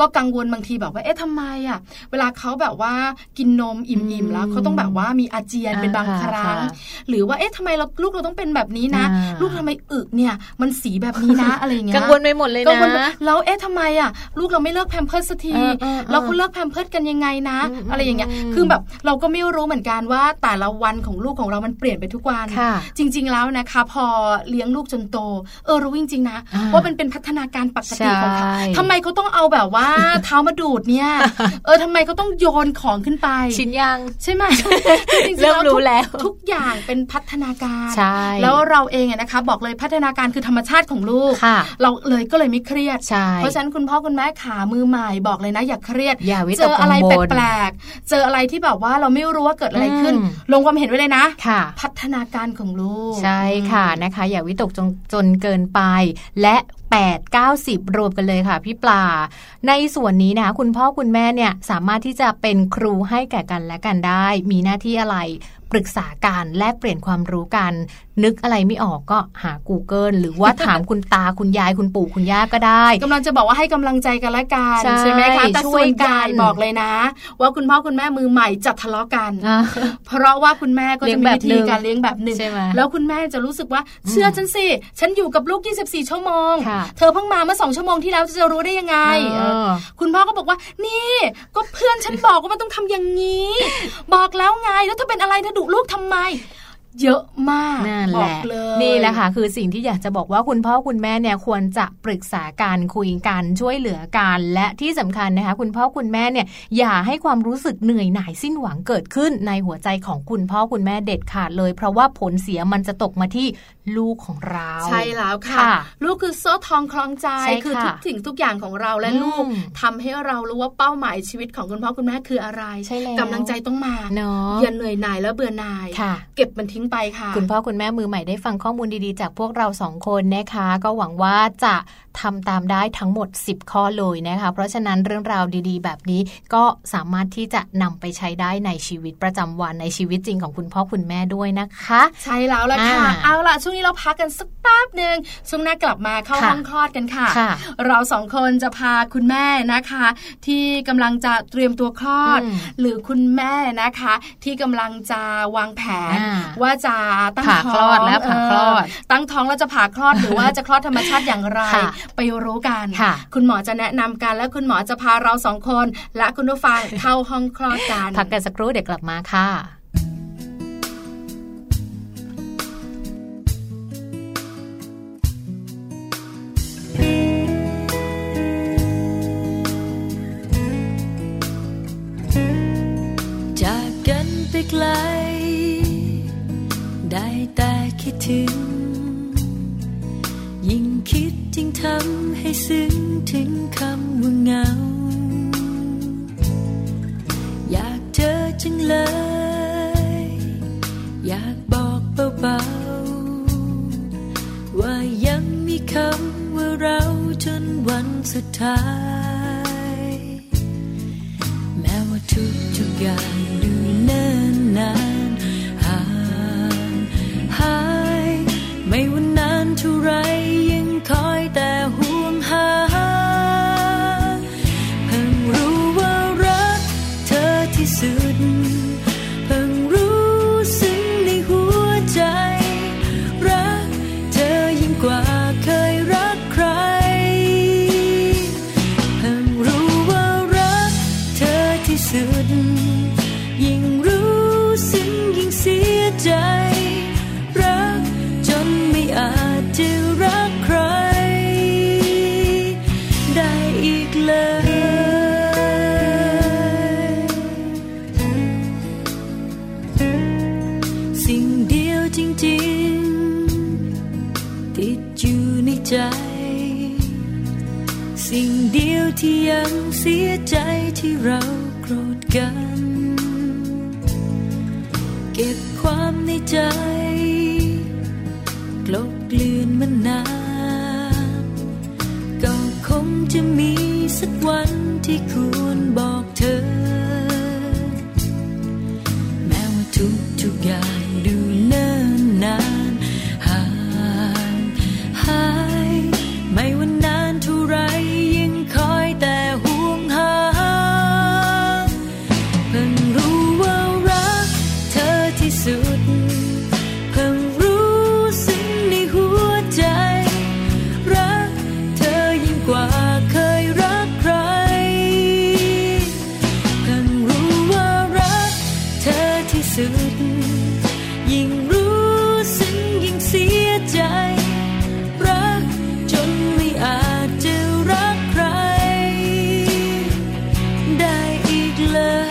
[SPEAKER 3] ก็กังวลบางทีแบบว่า เอ๊ะทำไมอ่ะ เวลาเขาแบบว่ากินนมอิ่มๆแล้วเขาต้องแบบว่ามีอาเจียน
[SPEAKER 2] อ่า
[SPEAKER 3] เป็นบาง
[SPEAKER 2] ค่ะ
[SPEAKER 3] ครั้ง
[SPEAKER 2] ค่ะ
[SPEAKER 3] หรือว่าเอ๊ะทำไมเราลูกเราต้องเป็นแบบนี้นะ
[SPEAKER 2] อ่า
[SPEAKER 3] ลูกทำไมอึเนี่ย มันสีแบบนี้ นะ อะไรอย่างเงี้ย
[SPEAKER 2] กังวลไปหมดเลย
[SPEAKER 3] ก็
[SPEAKER 2] นะ
[SPEAKER 3] คนแล้วเอ๊ะทำไมอ่ะ ลูกเราไม่เลิกแพมเพิร์สสักที
[SPEAKER 2] เออเออเออ
[SPEAKER 3] เราคุณเลิกแพมเพิร์สกันยังไงนะ
[SPEAKER 2] อืมอืม
[SPEAKER 3] อะไรอย่างเงี้ย
[SPEAKER 2] อืม
[SPEAKER 3] คือแบบเราก็ไม่รู้เหมือนกันว่าแต่ละวันของลูกของเรามันเปลี่ยนไปทุกวัน
[SPEAKER 2] ค่ะ
[SPEAKER 3] จริง ๆแล้วนะคะ พอเลี้ยงลูกจนโต เออรู้จริงๆนะ
[SPEAKER 2] อ่า
[SPEAKER 3] ว่ามันเป็นพัฒนาการปกติของเขา
[SPEAKER 2] ใช่
[SPEAKER 3] ทำไมเขาต้องเอาแบบว่า เท้ามาดูดเนี่ย เออทำไมเขาต้องโยนของขึ้นไป
[SPEAKER 2] ชินยัง
[SPEAKER 3] ใช่ไหม คือจงๆ
[SPEAKER 2] เริ่มรู้แล้ว
[SPEAKER 3] ทุกทุกอย่างเป็นพัฒนาการ
[SPEAKER 2] ใช่
[SPEAKER 3] แล้วเราเองอะนะคะ บอกเลยพัฒนาการคือธรรมชาติของลูก
[SPEAKER 2] ค่ะ
[SPEAKER 3] เราเลยก็เลยไม่เครียด
[SPEAKER 2] ใช่
[SPEAKER 3] เพราะฉะนั้นคุณพ่อคุณแม่ขามือใหม่บอกเลยนะ อย่าเครียด
[SPEAKER 2] อย่าวิตก
[SPEAKER 3] เจออะไร
[SPEAKER 2] กังวล
[SPEAKER 3] แปลกๆ เจออะไรที่แบบว่าเราไม่รู้ว่าเกิดอะไรขึ้น
[SPEAKER 2] อืม
[SPEAKER 3] ลงความเห็นไว้เลยนะ
[SPEAKER 2] ค่ะ
[SPEAKER 3] พัฒนาการของลูก
[SPEAKER 2] ใช่ค่ะนะคะ อย่าวิตกจนจนเกินไป และ 8 90 รวมกันเลยค่ะพี่ปลา ในส่วนนี้นะคะคุณพ่อคุณแม่เนี่ยสามารถที่จะเป็นครูให้แก่กันและกันได้ มีหน้าที่อะไรปรึกษาการแลกเปลี่ยนความรู้กัน นึกอะไรไม่ออกก็หา Google หรือว่าถามคุณตาคุณยายคุณปู่คุณย่าก็ได้
[SPEAKER 3] กำลังจะบอกว่าให้กำลังใจกันและกัน
[SPEAKER 2] ใช่
[SPEAKER 3] ไหมคะแต่
[SPEAKER 2] ช่
[SPEAKER 3] ส่
[SPEAKER 2] ว
[SPEAKER 3] วย น
[SPEAKER 2] กัน
[SPEAKER 3] ใหญ่บอกเลยนะ ว่าคุณพ่อคุณแม่มือใหม่จะทะเลาะกัน
[SPEAKER 2] อ่ะ
[SPEAKER 3] เพราะว่าคุณแม่ก็
[SPEAKER 2] เลี้
[SPEAKER 3] จะ
[SPEAKER 2] ยง
[SPEAKER 3] มี
[SPEAKER 2] แบบ
[SPEAKER 3] วิธี
[SPEAKER 2] หนึ่ง
[SPEAKER 3] การเลี้ยงแบบหนึ่ง
[SPEAKER 2] ใช่ไหม
[SPEAKER 3] แล้วคุณแม่จะรู้สึกว่าเชื่อฉันสิ ฉันอยู่กับลูก 24 ชั่วโมง
[SPEAKER 2] ค่ะ
[SPEAKER 3] เธอเพิ่งมาเมื่อสองชั่วโมงที่แล้วจะรู้ได้ยังไง
[SPEAKER 2] เอ
[SPEAKER 3] เออ
[SPEAKER 2] อ
[SPEAKER 3] คุณพ่อก็บอกว่า นี่ ก็เพื่อนฉันบอกว่ามันต้องทำอย่างนี้ บอกแล้วไง แล้วถ้าเป็นอะไรเธอดุลูกทำไม เยอะมาก
[SPEAKER 2] นั่น
[SPEAKER 3] บ
[SPEAKER 2] แห
[SPEAKER 3] อก
[SPEAKER 2] ละ
[SPEAKER 3] เลย
[SPEAKER 2] นี่แหละค่ะคือสิ่งที่อยากจะบอกว่าคุณพ่อคุณแม่เนี่ยควรจะปรึกษาการคุยกันช่วยเหลือกันและที่สำคัญนะคะ คุณพ่อคุณแม่เนี่ยอย่าให้ความรู้สึกเหนื่อยหน่ายสิ้นหวังเกิดขึ้นในหัวใจของคุณพ่อคุณแม่เด็ดขาดเลย เพราะว่าผลเสียมันจะตกมาที่ลูกของเรา
[SPEAKER 3] ใช่แล้วค่ะ
[SPEAKER 2] ค่ะ
[SPEAKER 3] ลูกคือโซ่ทองคล้องใจ
[SPEAKER 2] ใช่ค่ะ
[SPEAKER 3] คือทุกสิ่งทุกอย่างของเราและ
[SPEAKER 2] อืม
[SPEAKER 3] ลูกทำให้เรารู้ว่าเป้าหมายชีวิตของคุณพ่อคุณแม่คืออะไร
[SPEAKER 2] ใช่แล้ว
[SPEAKER 3] กำลังใจต้องมา
[SPEAKER 2] เนาะ
[SPEAKER 3] อย่าเหนื่อยหน่ายแล้วเบื่อหน่าย
[SPEAKER 2] ค่ะ
[SPEAKER 3] เก็บมันทิ้งไปค่ะ
[SPEAKER 2] คุณพ่อคุณแม่มือใหม่ได้ฟังข้อมูลดีๆ จากพวกเราสองคนนะคะ ก็หวังว่าจะทำตามได้ทั้งหมด 10 ข้อเลยนะคะ เพราะฉะนั้นเรื่องราวดีๆ แบบนี้ก็สามารถที่จะนำไปใช้ได้ในชีวิตประจำวันในชีวิตจริงของคุณพ่อคุณแม่ด้วยนะคะ
[SPEAKER 3] ใช่แล้วละค่ะ
[SPEAKER 2] อ่า
[SPEAKER 3] เอาล่ะ ช่วงนี้เราพักกันสักแป๊บหนึ่งช่วงหน้ากลับมาเข้า
[SPEAKER 2] ค่ะ
[SPEAKER 3] ห้องคลอดกันค่ะ
[SPEAKER 2] ค่ะ
[SPEAKER 3] เราสองคนจะพาคุณแม่นะคะ ที่กำลังจะเตรียมตัวคลอด
[SPEAKER 2] อืม
[SPEAKER 3] หรือคุณแม่นะคะ ที่กำลังจะวางแผน
[SPEAKER 2] อ่า
[SPEAKER 3] ว่าจะตั้ง
[SPEAKER 2] ผ่า
[SPEAKER 3] ท้อง
[SPEAKER 2] คลอดแล้วผ่าคลอด
[SPEAKER 3] เตั้งท้องแล้วจะผ่าคลอดหรือว่าจะคลอดธรรมชาติอย่างไร
[SPEAKER 2] ค่ะ
[SPEAKER 3] ไปรู้กัน
[SPEAKER 2] ค่ะ
[SPEAKER 3] ณหมอจะแนะนำกันและคุณหมอจะพาเราสองคน และคุณผู้ฟังเข้าห้องคลอดกัน
[SPEAKER 2] พักกันสักครู่เดี๋ยวกลับมาค่ะ
[SPEAKER 1] จากกันไปไกล ได้แต่คิดถึง ยิ่งคิดยิ่งทำให้ซึ้งถึงคำว่าเหงา อยากเจอจังเลย อยากบอกเบาๆ ว่ายังมีคำว่าเราจนวันสุดท้าย แม้ว่าทุกทุกๆอย่างดูเนิ่นนานห่างหาย ไม่ว่านานเท่าไรยังคอยแต่หัว
[SPEAKER 6] สุด ยิ่งรู้ซึ้งยิ่งเสียใจ รักจนไม่อาจจะรักใคร ได้อีกเลย สิ่งเดียวจริงๆ ติดอยู่ในใจ สิ่งเดียวที่ยังเสียใจที่เราโกรธกัน เก็บความในใจกลบเกลื่อนมันนานก็คงจะมีสักวันที่ควรบอกเธอ แม้ว่าทุกทุกๆอย่างดูเนิ่นนานห่างหาย ไม่ว่านานเท่าไรยังคอยแต่ห่วงหา เพิ่งรู้ว่ารักเธอที่สุด เพิ่งรู้ซึ้งในหัวใจ รักเธอยิ่งกว่าเคยรักใคร เพิ่งรู้ว่ารักเธอที่สุด ยิ่งรู้ซึ้งยิ่งเสียใจ รักจนไม่อาจจะรักใคร ได้อีกเลย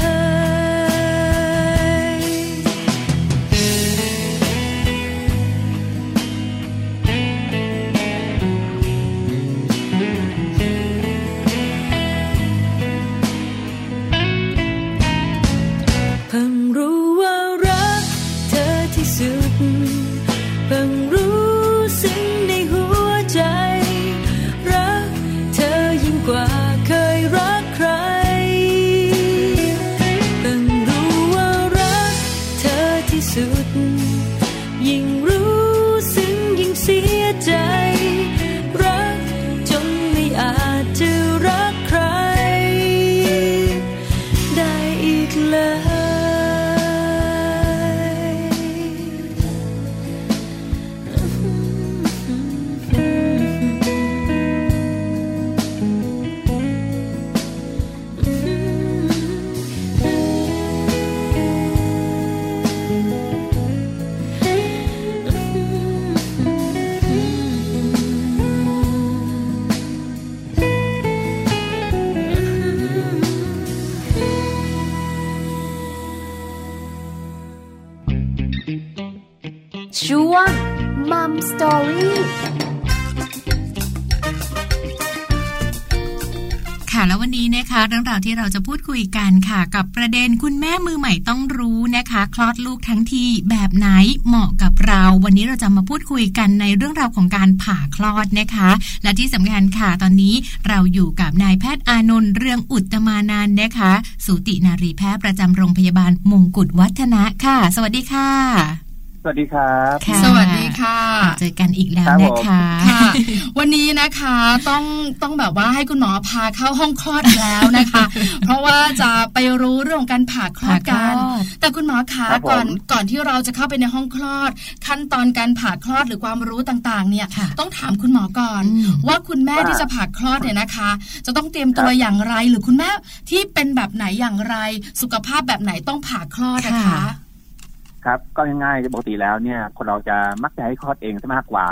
[SPEAKER 6] เพิ่งรู้ว่ารักเธอที่สุด เพิ่งรู้ซึ้งในหัวใจ รักเธอยิ่งกว่าเคยรักใคร เพิ่งรู้ว่ารักเธอที่สุด ยิ่งรู้ซึ้งยิ่งเสียใจ รักจนไม่อาจจะรักใคร ได้อีกเลย
[SPEAKER 7] ช่วงมัมสตอรี่
[SPEAKER 2] ค่ะแล้ววันนี้นะคะ เรื่องราวที่เราจะพูดคุยกันค่ะ กับประเด็นคุณแม่มือใหม่ต้องรู้นะคะ คลอดลูกทั้งทีแบบไหนเหมาะกับเรา วันนี้เราจะมาพูดคุยกันในเรื่องราวของการผ่าคลอดนะคะ และที่สำคัญค่ะตอนนี้เราอยู่กับนายแพทย์อานนท์เรืองอุตตมานานท์นะคะ สูตินารีแพทย์ประจำโรงพยาบาลมงกุฎวัฒนะค่ะ สวัสดีค่ะ
[SPEAKER 1] สวัสดีครับ
[SPEAKER 2] ค่ะ
[SPEAKER 3] สวัสดีค่ะ
[SPEAKER 2] เจอกันอีกแล้ว
[SPEAKER 1] ครับผม
[SPEAKER 2] นะคะ
[SPEAKER 3] ค่ะ วันนี้นะคะต้องต้องแบบว่าให้คุณหมอพาเข้าห้องคลอดแล้วนะคะ เพราะว่าจะไปรู้เรื่องของการผ่าคลอดกัน
[SPEAKER 2] ผ่าคลอด
[SPEAKER 3] แต่คุณหมอคะ
[SPEAKER 1] ครับผม
[SPEAKER 3] ก่อนก่อนที่เราจะเข้าไปในห้องคลอด ขั้นตอนการผ่าคลอดหรือความรู้ต่างๆ เนี่ย
[SPEAKER 2] ค่ะ
[SPEAKER 3] ต้องถามคุณหมอก่อน
[SPEAKER 2] อืม
[SPEAKER 3] ว่าคุณแม่ที่จะผ่าคลอดเนี่ยนะคะ จะต้องเตรียมตัวอย่างไรหรือคุณแม่ที่เป็นแบบไหนอย่างไร สุขภาพแบบไหนต้องผ่าคลอดนะคะ
[SPEAKER 8] ครับก็ง่ายๆปกติแล้วเนี่ย คนเราจะมักจะให้คลอดเองซะมากกว่า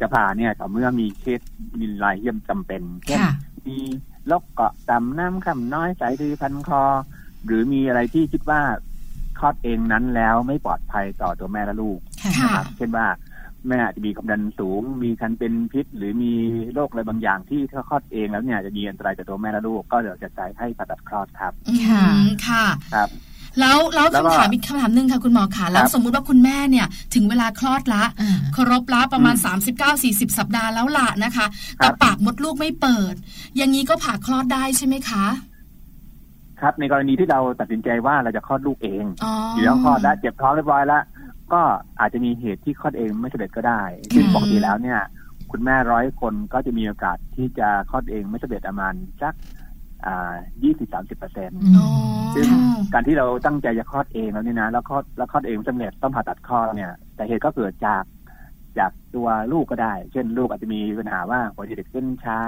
[SPEAKER 8] จะผ่าเนี่ยต่อเมื่อมีเคสมีรายเยี่ยมจำเป็นเช่น
[SPEAKER 2] ค่ะ
[SPEAKER 8] มีโรคเกาะต่ำน้ำคำน้อยสายดือพันคอ หรือมีอะไรที่คิดว่าคลอดเองนั้นแล้วไม่ปลอดภัยต่อตัวแม่และลูก
[SPEAKER 2] ค่ะ
[SPEAKER 3] ค่ะ
[SPEAKER 8] ครับ เช่นว่าแม่อาจจะมีความดันสูง มีคันเป็นพิษ หรือมีโรคอะไรบางอย่างที่ถ้าคลอดเองแล้วเนี่ยจะมีอันตรายต่อตัวแม่และลูก ก็เดี๋ยวจะจ่ายให้ผ่าตัดคลอดครับ
[SPEAKER 3] อืม
[SPEAKER 2] ค่ะ
[SPEAKER 3] ค่ะ
[SPEAKER 8] ครับ
[SPEAKER 3] แล้วแล้ว
[SPEAKER 8] แล้วก็
[SPEAKER 3] คำถามอีกคำถามหนึ่งค่ะคุณหมอค่ะแล้ว
[SPEAKER 8] ครับ
[SPEAKER 3] สมมุติว่าคุณแม่เนี่ย ถึงเวลาคลอดละ
[SPEAKER 2] อ่า
[SPEAKER 3] ครบละประมาณ
[SPEAKER 8] อืม
[SPEAKER 3] 39-40 สัปดาห์แล้วล่ะนะคะ แต่
[SPEAKER 8] ครับ
[SPEAKER 3] ปากมดลูกไม่เปิด อย่างนี้ก็ผ่าคลอดได้ใช่ไหมคะ
[SPEAKER 8] ครับ ในกรณีที่เราตัดสินใจว่าเราจะคลอดลูกเอง
[SPEAKER 3] อ๋อ
[SPEAKER 8] อยู่ในห้องคลอดแล้วเจ็บท้องเรียบร้อยแล้วก็อาจจะมีเหตุที่คลอดเองไม่สำเร็จก็ได้ซึ่งปกติแล้วเนี่ย คุณแม่ร้อยคนก็จะมีโอกาสที่จะคลอดเองไม่สำเร็จประมาณสักยี่สิบสามสิบเปอร์เซ็นต์
[SPEAKER 2] อืม
[SPEAKER 3] อ๋อ
[SPEAKER 8] ซึ่งการที่เราตั้งใจจะคลอดเองแล้วเนี่ยนะแล้วคลอดแล้วคลอดเองไม่สำเร็จต้องผ่าตัดคลอดเนี่ยแต่เหตุก็เกิดจากจากตัวลูกก็ได้ เช่น ลูกอาจจะมีปัญหาว่าหัวใจเด็กเต้นช้า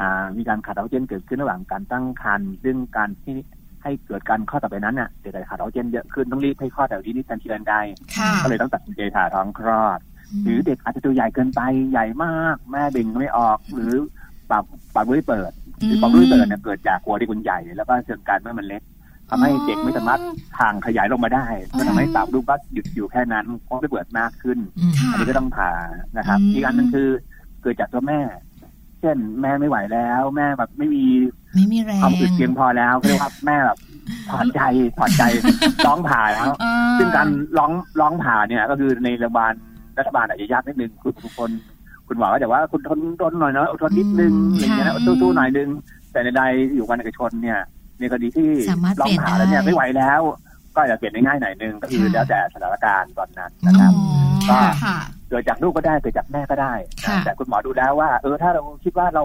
[SPEAKER 8] อ่ามีการขาดออกซิเจนเกิดขึ้นระหว่างการตั้งครรภ์ซึ่งการที่ ให้เกิดการคลอดต่อไปนั้นน่ะเด็กอาจจะขาดออกซิเจนเยอะขึ้นต้องรีบให้คลอดแต่ที่นี่ทันทีทันใด
[SPEAKER 3] ค่ะ
[SPEAKER 8] ก็เลยต้องตัดสินใจผ่าท้องคลอด หรือเด็กอาจจะตัวใหญ่เกินไปใหญ่มาก แม่ดึงไม่ออก หรือปากปากด้วยเปิด หรือปากด้วยเปิดเนี่ยเกิดจากหัวที่คุณใหญ่ แล้วก็เชิงการเมื่อมันเล็กทำให้เด็กไม่สามารถทางขยายลงมาได้ก็ทำให้ปากลูกก็หยุดอยู่แค่นั้นเพราะไม่เปิดมากขึ้น
[SPEAKER 3] ค่ะ
[SPEAKER 8] อันนี้ก็ต้องผ่านะครับ
[SPEAKER 3] อืม
[SPEAKER 8] อีกอันหนึงคือเกิดจากตัวแม่ เช่นแม่ไม่ไหวแล้ว แม่แบบไม่มี
[SPEAKER 2] ไม่มีแรง
[SPEAKER 8] ความอึดเพียงพอแล้วเรียกว่าแม่แบบถอด ใจถอดใจ ร้องผ่าแล้ว
[SPEAKER 3] อ่
[SPEAKER 8] ซึ่งการร้องร้องผ่าเนี่ย ก็คือในโรงพยาบาลรัฐบาลอาจจะยากนิดนึงคุณทุกคน คุณหมอก็จะว่าคุณทนทนหน่อยเนาะอดทนนิดนึงอะไรอย่างเงี้ยนะอดสู้ๆหน่อยนึง แต่ในใดอยู่การเอกชนเนี่ย ในกรณีที่
[SPEAKER 2] สามารถ
[SPEAKER 8] ร้อ
[SPEAKER 2] เปลี่
[SPEAKER 8] ง
[SPEAKER 2] ยน
[SPEAKER 8] ผ่า
[SPEAKER 2] ได้
[SPEAKER 8] แล้วเนี่ยไม่ไหวแล้ว ก็อาจจะเปลี่ยนได้ง่ายหน่อยนึงก็คือ
[SPEAKER 2] ค่ะ
[SPEAKER 8] แล้วแต่สถานการณ์ตอนนั้นนะครับ
[SPEAKER 3] อ๋อ
[SPEAKER 8] ก็
[SPEAKER 3] ค่ะ
[SPEAKER 8] เกิดจากลูกก็ได้เกิดจากแม่ก็ได้นะ
[SPEAKER 2] ค่ะ
[SPEAKER 8] แต่คุณหมอดูแล้วว่า เออถ้าเราคิดว่าเรา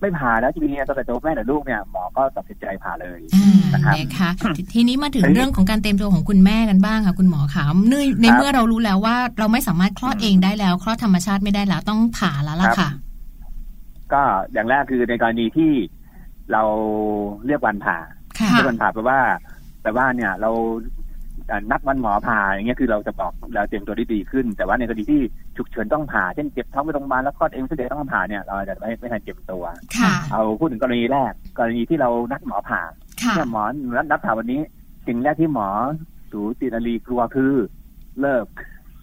[SPEAKER 8] ไม่ผ่าแล้วจะมีอันตรายต่อแม่หรือลูกเนี่ยหมอก็ตัดสินใจผ่าเลย
[SPEAKER 2] อ่า
[SPEAKER 8] นะครับ
[SPEAKER 2] นะคะทีทีนี้มาถึง
[SPEAKER 8] อันนี้
[SPEAKER 2] เรื่องของการเตรียมตัวของคุณแม่กันบ้างค่ะ คุณหมอขามเนื่องใน
[SPEAKER 8] ครับ
[SPEAKER 2] เมื่อเรารู้แล้วว่าเราไม่สามารถคลอดเองได้แล้ว คลอดธรรมชาติไม่ได้แล้วต้องผ่าแล้วล่ะ
[SPEAKER 8] ครับ
[SPEAKER 2] ค่ะ
[SPEAKER 8] ก็อย่างแรกคือในกรณีที่เราเรียกวันผ่า
[SPEAKER 2] ค่ะ
[SPEAKER 8] เรียกวันผ่าแปลว่าแปลว่าเนี่ยเราเอ่อนัดวันหมอผ่าอย่างเงี้ยคือเราจะบอกเราเตรียมตัวได้ดีขึ้น แต่ว่าในกรณีที่ฉุกเฉินต้องผ่าเช่นเจ็บท้องไปโรงพยาบาลแล้วคลอดเองเสยเด็จต้องผ่าเนี่ยเราอาจจะไม่ไม่ทันเตรียมตัว
[SPEAKER 3] ค่ะ
[SPEAKER 8] เอาพูดถึงกรณีแรก กรณีที่เรานัดหมอผ่า
[SPEAKER 3] ค่ะ
[SPEAKER 8] เนี่ยหมอนัดนัดผ่าวันนี้ สิ่งแรกที่หมอสูตินารีกลัวคือ เลิก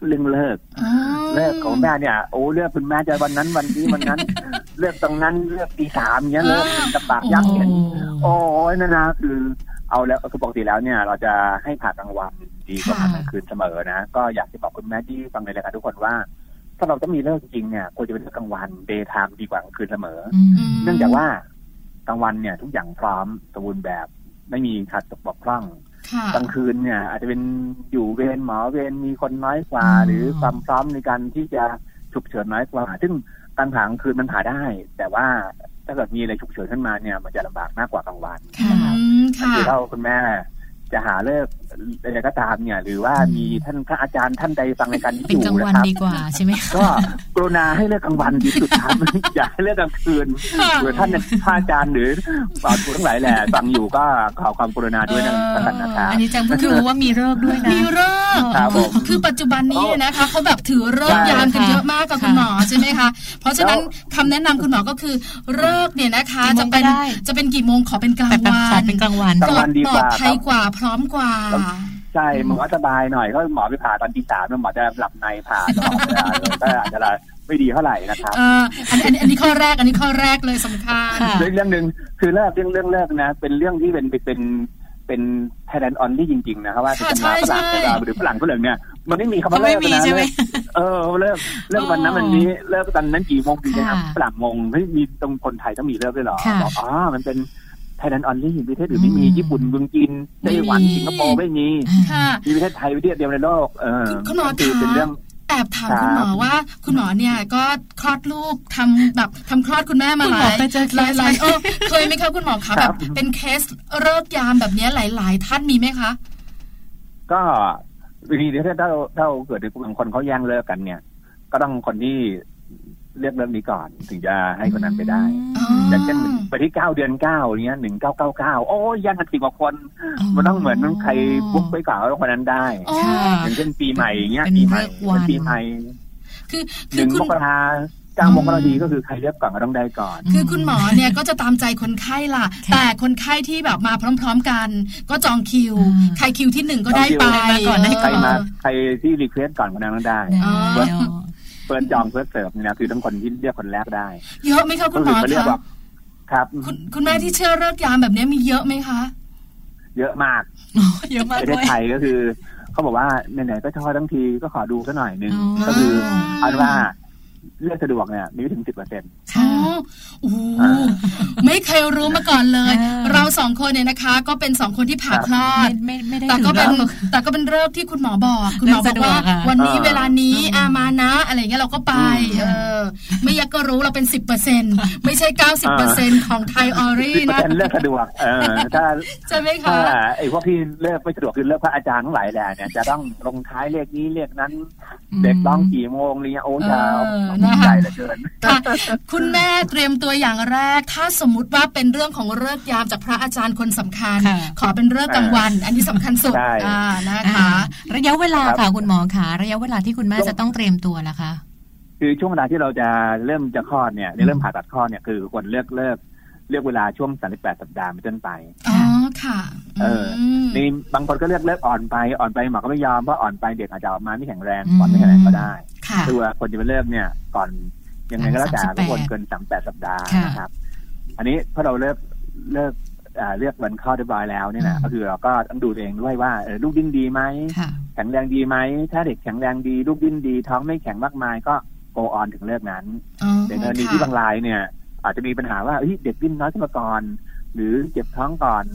[SPEAKER 8] เรื่องเลิก
[SPEAKER 3] อ๋อ
[SPEAKER 8] เลิกของแม่เนี่ยโอ้เลิกคุณแม่จะวันนั้นวันนี้วัน นั้น เลิกตรงนั้นเลิกตีสามเนี้ยเลิกเป็นกระปากยักษ์เนี่ยโอ้ยนั่นนะคือเอาแล้วคือปกติแล้วเนี่ย เราจะให้ผ่ากลางวันดีกว่าผ่ากลางคืนเสมอนะก็อยากจะบอกคุณแม่ที่ฟังในรายการทุกคนว่า ถ้าเราจะมีเลิกจริงๆเนี่ยควรจะเป็นเลิกกลางวันเดย์ไทม์ดีกว่ากลางคืนเสมอ
[SPEAKER 2] อืม
[SPEAKER 3] ม
[SPEAKER 8] เนื่องจากว่ากลางวันเนี่ยทุกอย่างพร้อมสมบูรณ์แบบไม่มีขาดตกบกพร่อง
[SPEAKER 3] ค่ะ
[SPEAKER 8] กลางคืนเนี่ย อาจจะเป็นอยู่เวรหมอเวรมีคนน้อยกว่า
[SPEAKER 2] อ๋อ
[SPEAKER 8] หรือความพร้อมในการที่จะฉุกเฉินน้อยกว่า ซึ่งการผ่ากลางคืนมันผ่าได้ แต่ว่าถ้าเกิดมีอะไรฉุกเฉินขึ้นมาเนี่ยมันจะลำบากมากกว่ากลางวัน
[SPEAKER 2] ค่ะ
[SPEAKER 3] อืมค่ะ
[SPEAKER 8] คือถ้าคุณแม่จะหาเลิกอะไรก็ตามเนี่ย หรือว่ามีท่านพระอาจารย์ท่านใดฟังรายการนี้อ
[SPEAKER 2] เป็น
[SPEAKER 8] ยู่
[SPEAKER 2] กลางวั
[SPEAKER 8] นะ
[SPEAKER 2] น
[SPEAKER 8] ครับ
[SPEAKER 2] ดีกว่าใช่ไหม
[SPEAKER 8] ก็กรุณาให้เลือกกลางวันดีสุดครับ อย่าให้เลือกกลางคืนหรือท่านพระอาจารย์หรือสอนครูทั้งหลายแหละ ฟังอยู่ก็ขอความกรุณาด้วยนะ
[SPEAKER 3] เออ
[SPEAKER 8] ท่านนะครับ
[SPEAKER 2] อันนี้จังเพิ่งรู้ ว่ามีเลิกด้วยนะ
[SPEAKER 3] มีเลิก
[SPEAKER 8] ครับผม
[SPEAKER 3] คือปัจจุบันนี้นะคะเขาแบบถือเลิก
[SPEAKER 8] ใช่
[SPEAKER 3] ยามกันเยอะมากกับคุณหมอใช่ไหมคะ เพราะฉะนั้น
[SPEAKER 8] แล้
[SPEAKER 3] คำแนะนำคุณหมอก็คือเลิกเนี่ยนะคะ
[SPEAKER 2] กี่โมง
[SPEAKER 3] จะเป็น
[SPEAKER 2] ก็ได้
[SPEAKER 3] จะเป็นกี่โมงขอเป็นกลาง
[SPEAKER 2] แต่
[SPEAKER 3] วัน
[SPEAKER 2] ขอเป็นกลางวัน
[SPEAKER 8] กลางวันดี
[SPEAKER 3] ปล
[SPEAKER 8] ก
[SPEAKER 3] อ
[SPEAKER 8] ว่า
[SPEAKER 3] ด
[SPEAKER 8] ค
[SPEAKER 3] ภั
[SPEAKER 8] รั
[SPEAKER 3] ย
[SPEAKER 8] บ
[SPEAKER 3] กว่าพร้อมกว่า
[SPEAKER 8] ครับ ใช่หมอสบายหน่อยก็หมอไปผ่าตอนตีสามหมอจะหลับในผ่าตลอดเวลาเลย ก็อาจจะไม่ดีเท่าไหร่นะครับ
[SPEAKER 3] เอออันนี้อันนี้อันนี้ข้อแรกอันนี้ข้อแรกเลยสำคัญ
[SPEAKER 2] ค่ะ
[SPEAKER 8] เรื่องหนึ่งคือเลิกเรื่องเรื่องเลิกนะ เป็นเรื่องที่เป็นเป็นเป็นไทยแลนด์ออนลี่จริง ๆ นะครับว่า
[SPEAKER 3] ค่ะ
[SPEAKER 8] จะมาฝ
[SPEAKER 3] ใช่
[SPEAKER 8] รั่ง
[SPEAKER 3] ใช่
[SPEAKER 8] จะมาหรือฝรั่งฝรั่งเนี่ยมันไม่มีคำว่า
[SPEAKER 2] ไม่
[SPEAKER 8] เลิก
[SPEAKER 2] มี
[SPEAKER 8] นะ
[SPEAKER 2] ใช่ไหม
[SPEAKER 8] เลิก เออเลิกเลิกวันนั้นวันนี้เลิกตอนนั้นกี่โมงกี่โมง
[SPEAKER 2] ค่ะ
[SPEAKER 8] ฝรั่งงงเฮ้ยมีตรงคนไทยต้องมีเลิกด้วยเหรอ
[SPEAKER 2] ค่ะ
[SPEAKER 8] บอกอ๋อมันเป็นไทยแลนด์ออนลี่ประเทศอื่นไม่มี
[SPEAKER 2] อืม
[SPEAKER 8] ญี่ปุ่นเมืองจีนไต้หวัน
[SPEAKER 2] ไม่มี
[SPEAKER 8] สิงคโปร์ไม่มี
[SPEAKER 3] ค่ะ
[SPEAKER 8] มีประเทศไทยประเทศเดียวในโลกเออ
[SPEAKER 3] คุณหมอ
[SPEAKER 8] ก็คือ
[SPEAKER 3] คะ
[SPEAKER 8] เป็นเรื่อง
[SPEAKER 3] แอบถาม
[SPEAKER 8] ครับ
[SPEAKER 3] คุณหมอว่า คุณหมอเนี่ยก็คลอดลูกทำแบบทำคลอดคุณแม่มาห
[SPEAKER 2] คุ
[SPEAKER 3] ลาย
[SPEAKER 2] ณหมอไปเจอเคส
[SPEAKER 3] หลายหลายเออเคยไหมคะคุณหมอคะแบบเป็นเคสเลิกยามแบบเนี้ยหลาย ๆ ท่านมีไหมคะ
[SPEAKER 8] ก็วิธีที่ถ้าเราถ้าเราเกิดในกลุ่มคนเขาแย่งเลิกกันเนี่ย ก็ต้องคนที่เลือกเรื่องนี้ก่อนถึงจะให้คนนั้นไปได้
[SPEAKER 3] ม
[SPEAKER 8] อย่างเช่นไปที่เก้าเดือนเก้าอย่างเงี้ยหนึ่งเก้าเก้าเก้าโอ้ยแย่งกันสิบกว่าคน มันต้องเหมือนใครบุ๊กไว้ก่อนว่าคนนั้นได้
[SPEAKER 3] อ๋อ
[SPEAKER 2] ค่ะ
[SPEAKER 8] อย่างเช่นปีใหม่อย่างเงี้ย
[SPEAKER 2] เป็น
[SPEAKER 8] ปีใหม่
[SPEAKER 2] เลิกวัน
[SPEAKER 8] ปีใหม่
[SPEAKER 3] คือ
[SPEAKER 8] ห
[SPEAKER 3] คื
[SPEAKER 8] นึ่
[SPEAKER 3] อง คุ
[SPEAKER 8] ม
[SPEAKER 3] ณ
[SPEAKER 8] กราเก้ามกราดีก็คือใครเลือกก่อนก็ต้องได้ก่อน
[SPEAKER 3] คือคุณหมอเนี่ยก็จะตามใจคนไข้ล่ะ
[SPEAKER 2] ค่ะ
[SPEAKER 3] แต่คนไข้ที่แบบมาพร้อม ๆ กัน ก็จองคิว
[SPEAKER 2] อ่า
[SPEAKER 3] ใครคิวที่หนึ่งก็ได้ไป
[SPEAKER 8] จอง
[SPEAKER 2] คิวได้มาก่อนได้
[SPEAKER 3] เ
[SPEAKER 8] ใครมาใครที่รีเควสก่อนคนนั้นต้องได้
[SPEAKER 2] ได้แล้ว
[SPEAKER 8] เปิดจองเพื่อเสิร์ฟเนี่ยนะคือทั้งคนที่เลือกคนแรกได้
[SPEAKER 3] เยอะไหมคะคุ
[SPEAKER 8] ก็
[SPEAKER 3] ณหม
[SPEAKER 8] คือ
[SPEAKER 3] อ
[SPEAKER 8] เขาเรียก
[SPEAKER 3] คะ
[SPEAKER 8] แบบครับ
[SPEAKER 3] คุณคุณแม่ที่เชื่อเลิกยามแบบเนี้ยมีเยอะไหมคะ
[SPEAKER 8] เยอะมาก
[SPEAKER 2] เยอะมาก
[SPEAKER 8] ป
[SPEAKER 2] ด้
[SPEAKER 8] ระเทศ
[SPEAKER 2] วย
[SPEAKER 8] ไทยก็คือเขาบอกว่าไหนๆก็ทอดทั้งทีก็ขอดูซะหน่อยหนึง
[SPEAKER 2] อ๋อ
[SPEAKER 8] ก็คืออันว่าเลือกสะดวกเนี่ยมีไม่ถึงสิบเปอร์เซ็นต์
[SPEAKER 2] ค่ะ
[SPEAKER 3] โอ้โหไม่เคยรู้มาก่อนเลย
[SPEAKER 2] อ่า
[SPEAKER 3] เราสองคนเนี่ยนะคะ ก็เป็นสองคนที่ผ่า
[SPEAKER 8] ครับ
[SPEAKER 3] คลอด
[SPEAKER 2] ไม่ไม่ได้
[SPEAKER 3] แต่ก็เป็น
[SPEAKER 2] ถึงลิ
[SPEAKER 3] แต่ก็เป็นเลิกที่คุณหมอบอก คุณหมอ
[SPEAKER 2] เลิก
[SPEAKER 3] บอ
[SPEAKER 2] สะ
[SPEAKER 3] ก
[SPEAKER 2] ดวก
[SPEAKER 3] ว่า
[SPEAKER 2] อะ
[SPEAKER 3] วันนี้
[SPEAKER 8] อ่า
[SPEAKER 3] เวลานี้
[SPEAKER 2] อืม
[SPEAKER 3] อามานะ อะไรอย่างเงี้ยเราก็ไป เออ ไม่อยากก็รู้เราเป็นสิบเปอร์เซ็นไม่ใช่เก้าสิบเปอร์เซ็น
[SPEAKER 8] อ่า
[SPEAKER 3] ของไทยออ
[SPEAKER 8] สิ
[SPEAKER 3] รี่
[SPEAKER 8] บเปอร์
[SPEAKER 3] นะ
[SPEAKER 8] เซ็นต์เลือกสะดวกเออถ้า
[SPEAKER 3] ใช่ไหม
[SPEAKER 8] ถ้า
[SPEAKER 3] คะ
[SPEAKER 8] ไอ้พวกที่เลิกไม่สะดวกคือเลิกพระอาจารย์ทั้งหลายแหล่เนี่ยจะต้องลงท้ายเลขนี้เลขนั้น
[SPEAKER 2] อืม
[SPEAKER 8] เด็กร้องกี่โมงอะไรเงี้ยโอ้ยจะ
[SPEAKER 3] เออ
[SPEAKER 8] ดี
[SPEAKER 3] นะคะ
[SPEAKER 8] ใจเหลือเกิน
[SPEAKER 3] ค่ะ คุณแม่ เตรียมตัวอย่างแรก ถ้าสมมุติว่าเป็นเรื่องของเลิกษ์ยามจากพระอาจารย์คนสำคัญ
[SPEAKER 5] ค่ะ
[SPEAKER 3] ขอเป็นเลิกษ์กลางวัน อันนี้สำคัญสุด
[SPEAKER 8] ใช่
[SPEAKER 3] อ่านะคะ
[SPEAKER 5] อ่าระยะเวลา
[SPEAKER 8] ครับ
[SPEAKER 5] ค่ะคุณหมอค่ะระยะเวลาที่คุณแม่จะต้องเตรียมตัวนะคะ
[SPEAKER 8] คือช่วงเวลาที่เราจะเริ่มจะคลอดเนี่ยเริ่มผ่าตัดคลอดเนี่ยคือควรเลือกเลิกเลือกเวลาช่วง 38 สัปดาห์เป็นต้นไป
[SPEAKER 3] อ๋อค่ะ
[SPEAKER 8] เออ
[SPEAKER 3] ม
[SPEAKER 8] นี่บางคนก็เลือกเลิกอ่อนไปอ่อนไปหมอก็ไม่ยอมเพราะอ่อนไปเด็กอาจจะออกมาไม่แข็งแรงก่อนไม่แข็งแรงก็ได้
[SPEAKER 3] ค่ะ
[SPEAKER 8] ตัวคนจะไปเลิกเนี่ยก่อนยังไงก็แล้วแต่
[SPEAKER 5] 38
[SPEAKER 8] ทุกคนเกินสามแปดสัปดาห์
[SPEAKER 5] ค่ะ
[SPEAKER 8] นะครับ อันนี้พอเราเลิกเลิกอ่าเลือกวันเข้าเรียบร้อยแล้วเนี่ยนะก็คือเราก็ต้องดูตัวเองด้วยว่าเออลูกดิ้นดีไหม
[SPEAKER 5] ค่ะ
[SPEAKER 8] แข็งแรงดีไหมถ้าเด็กแข็งแรงดี ลูกดิ้นดี ท้องไม่แข็งมากมายก็โกออนถึงเลิกนั้น
[SPEAKER 3] อ๋อ
[SPEAKER 8] แต่กรณี
[SPEAKER 3] ค่ะ
[SPEAKER 8] ที่บางรายเนี่ย อาจจะมีปัญหาว่าเฮ้ยเด็กดิ้นน้อยขึ้นมาก่อน หรือเจ็บท้องก่อน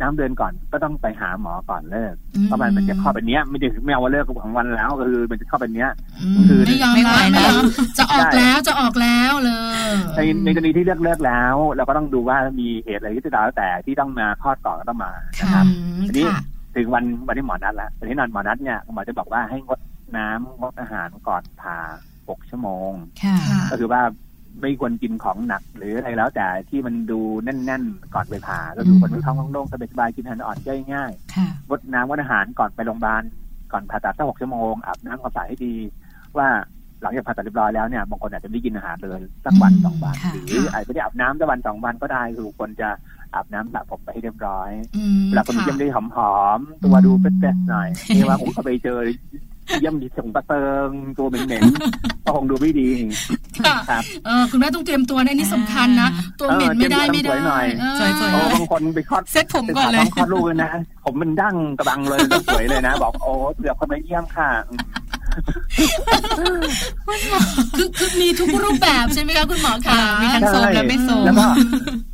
[SPEAKER 8] น้ำเดินก่อนก็ต้องไปหาหมอก่อนเลิกเพราะมันมันจะเข้าไปเนี้ยไม่ได้ไม่เอาว่าเลิกของวันแล้วก็คือมันจะเข้าไปเนี้ย
[SPEAKER 3] ม
[SPEAKER 8] คือ
[SPEAKER 3] ไม่ยอม
[SPEAKER 5] ไม่ไหว
[SPEAKER 3] แล้ว
[SPEAKER 5] แล้
[SPEAKER 3] ไม่ย
[SPEAKER 5] ว
[SPEAKER 3] อมจะออกแล้วจะออกแล้วเลย
[SPEAKER 8] ในในกรณีที่เลือกเลิกแล้ว เราก็ต้องดูว่ามีเหตุอะไรที่ติดแล้วแต่ที่ต้องมาคลอดก่อนก็ต้องมานะ
[SPEAKER 5] ค่ะ
[SPEAKER 8] ครับ
[SPEAKER 3] อืม
[SPEAKER 8] ทีนี้
[SPEAKER 3] ค่ะ
[SPEAKER 8] ถึงวันวันที่หมอนัดแล้ววันที่นอนหมอนัดเนี่ยหมอจะบอกว่าให้งดน้ำงดอาหารก่อนผ่า6ชั่วโมง
[SPEAKER 5] ค่ะ
[SPEAKER 3] ค่ะ
[SPEAKER 8] ก็คือว่าไม่ควรกินของหนักหรืออะไรแล้วแต่ที่มันดูแน่นๆก่อนไปผ่าก็คือ
[SPEAKER 5] ม
[SPEAKER 8] คนที่ท้องโล่งๆสบายๆกินอาหารอ่อนย่อยง่าย
[SPEAKER 5] ค่ะ
[SPEAKER 8] งดน้ำงดอาหารก่อนไปโรงพยาบาลก่อนผ่าตัดสักหกชั่วโมงอาบน้ำความสะอาดให้ดี ว่าหลังจากผ่าตัดเรียบร้อยแล้วเนี่ยบางคนอาจจะไม่ได้กินอาหารเลยสักวัน
[SPEAKER 5] อืม
[SPEAKER 8] สองวัน
[SPEAKER 5] ค่ะ
[SPEAKER 8] หรืออาจจะไม่ได้อาบน้ำสักวันสองวันก็ได้คือควรจะอาบน้ำสระผมไปให้เรียบร้อย
[SPEAKER 3] อืม
[SPEAKER 8] เวลาคนไป
[SPEAKER 3] ค่ะ
[SPEAKER 8] เยี่ยมได้หอมๆตัวดูเป๊ะๆหน่อยนี่ว่าผมก็ไปเจอเยี่ยมส่งประเติงตัวเหม็นๆก็คงดูไม่ดี
[SPEAKER 3] ค่ะ
[SPEAKER 8] ครับ
[SPEAKER 3] เออคุณแม่ต้องเตรียมตัวในะอันนี่สำคัญนะ ตัวเหม็นไม่ได้ไม่ได้เออ
[SPEAKER 5] สวย
[SPEAKER 8] โอ้บางคนไปคลอด
[SPEAKER 5] เซ็ตผมก่อนเลย
[SPEAKER 8] ไปผ่าท้องคลอดลูกเลยนะ ผมมันดั้งกระบังเลย แล้วสวยเลยนะ บอกโอ้เผื่อคนมาเยี่ยมค่ะอืม
[SPEAKER 3] คือคือมีทุกรูปแบบใช่ไหมคะคุณหมอ
[SPEAKER 5] ค่ะ
[SPEAKER 3] คะ
[SPEAKER 5] มีทั้งโซมและไม่โซม
[SPEAKER 8] แล้วก็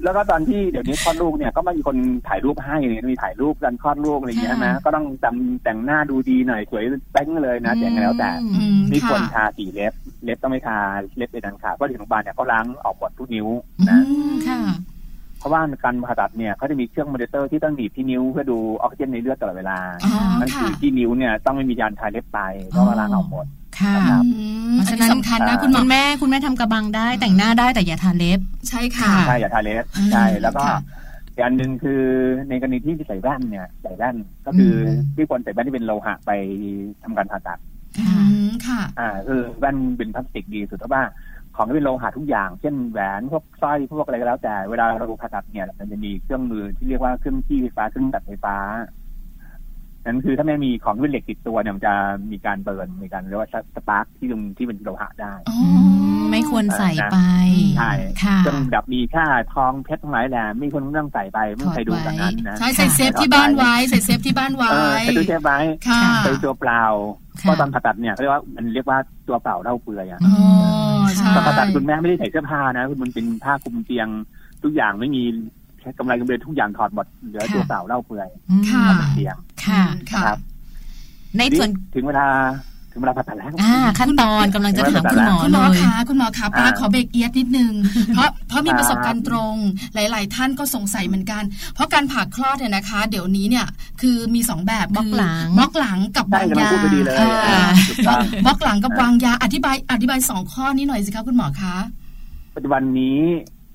[SPEAKER 8] แล้วก็ตอนที่เดี๋ยวนี้คลอดลูกเนี่ยก็ไม่มีคนถ่ายรูปให้เนี่ยมีถ่ายรูปกันคลอดลูกอะไรอย่างเงี้ย
[SPEAKER 5] ค่ะ
[SPEAKER 8] นะก็ต้องจำแต่งหน้าดูดีหน่อยสวยเป้งเลยนะแต่งแล้วแต่
[SPEAKER 5] อืม
[SPEAKER 3] อืม
[SPEAKER 8] มีคน
[SPEAKER 3] ค่ะ
[SPEAKER 8] ทาสีเล็บ เล็บต้องไม่ทาเล็บเป็นอันขาดเพราะที่โรงพยาบาลเนี่ยเขาล้างออกหมดทุกนิ้ว
[SPEAKER 5] อื
[SPEAKER 8] นะ
[SPEAKER 5] มค่ะ
[SPEAKER 8] เพราะว่าการผ่าตัดเนี่ยเขาจะมีเครื่องมอนิเตอร์ที่ต้องหนีบที่นิ้วเพื่อดูออกซิเจนในเลือดตลอดเวลา
[SPEAKER 3] อ๋อ
[SPEAKER 8] นั่นคื
[SPEAKER 3] ค่ะ
[SPEAKER 8] อที่นิ้วเนี่ยต้องไม่มียานทาเล็บไปเพราะว่าล้างออกหมด
[SPEAKER 5] ค่ะ
[SPEAKER 8] ครับ
[SPEAKER 3] อืมอันนี้สำคัญนะคุณหม
[SPEAKER 5] คุ
[SPEAKER 3] อ
[SPEAKER 5] ณแม่คุณแม่ทำกระบังได้แต่งหน้าได้แต่อย่าทาเล็บ
[SPEAKER 3] ใช่ค่ะ
[SPEAKER 5] ค่ะ
[SPEAKER 8] ใช่อย่าทาเล็บ
[SPEAKER 3] อืม
[SPEAKER 8] ใช่แล้วก็
[SPEAKER 3] ค่ะ
[SPEAKER 8] อีกอันหนึ่งคือในกรณีที่ใส่แว่นเนี่ยใส่แว่นก็คืออที่ควรใส่แว่นที่เป็นโลหะไปทำการผ่าตัด
[SPEAKER 3] อืมค่ะ
[SPEAKER 8] อ่าคือแว่นเป็นพลาสติกดีสุดเพราะว่าของที่เป็นโลหะทุกอย่าง เช่นแหวนพวกสร้อยพวกอะไรก็แล้วแต่เวลาเราผ่าตัดเนี่ยมันจะมีเครื่องมือที่เรียกว่าเครื่องที่ไฟฟ้าเครื่องตัดไฟฟ้านั่นคือถ้าไม่มีของที่เป็นเหล็กติดตัวเนี่ยมันจะมีการเบิร์นมีการเรียกว่าสปาร์กที่ตรงที่เป็นโลหะได้
[SPEAKER 3] อ๋อ
[SPEAKER 5] ไม่ควรใส่ไป
[SPEAKER 8] ใช่
[SPEAKER 5] ค่ะ
[SPEAKER 8] เครื่องประดับมีค่าทองเพชรทั้งหลายแหละไม่ควรต้องใส่ไปไม่ใครดูจากนั้นนะ
[SPEAKER 3] ใช่ใส่เซฟที่บ้านไว้ใส่เซฟที่บ้านไว้
[SPEAKER 8] เออไปดูเทปไว้
[SPEAKER 3] ค่ะ
[SPEAKER 8] ไปตัวเปล่า
[SPEAKER 5] ค่ะ
[SPEAKER 8] เพราะตอนผ่าตัดเนี่ยเขาเรียกว่ามันเรียกว่าตัวเปล่าเล่าเปลือยอะ
[SPEAKER 3] อ๋อใช่
[SPEAKER 8] ตอนผ่าตัดคุณแม่ไม่ได้ใส่เสื้อผ้านะคุณมันเป็นผ้าคลุมเตียง ทุกอย่างไม่มีกำไรกำเดือนทุกอย่างถอดหมดเหลือตัวเปล่าเล่าเปลือย
[SPEAKER 5] อืม
[SPEAKER 3] ค่ะ
[SPEAKER 8] เตียง
[SPEAKER 5] ค่ะ
[SPEAKER 3] ค่ะ
[SPEAKER 8] ครับ
[SPEAKER 5] ในส่วน
[SPEAKER 8] ถึงเวลาถึงเวลาผ่าตัดแล้ว
[SPEAKER 5] อ่าขั้นตอนกำลังจะถามคุณหมอ
[SPEAKER 3] คุณห
[SPEAKER 5] เล
[SPEAKER 3] มอย คะคุณหมอคะปา
[SPEAKER 8] อ่า
[SPEAKER 3] ขอเบรกเอียดนิดนึง เพราะเพราะมี
[SPEAKER 8] ครับ
[SPEAKER 3] ประสบการณ์ตรงหลาย ๆ ท่านก็สงสัยเหมือนกัน เพราะการผ่าคลอดเนี่ยนะคะ เดี๋ยวนี้เนี่ยคือมีสองแบบ
[SPEAKER 5] บล็อกหลัง
[SPEAKER 3] คือบล็อกหลังกับ
[SPEAKER 8] ใช่
[SPEAKER 3] วาง
[SPEAKER 8] กำลัง
[SPEAKER 3] ยา
[SPEAKER 8] พูดพอดีเลย
[SPEAKER 3] อ่า
[SPEAKER 8] อ่าถูกต้อง
[SPEAKER 3] บล็อกหลังกับวางยาอธิบายอธิบายสองข้อนี้หน่อยสิคะคุณหมอคะ
[SPEAKER 8] ปัจจุบันนี้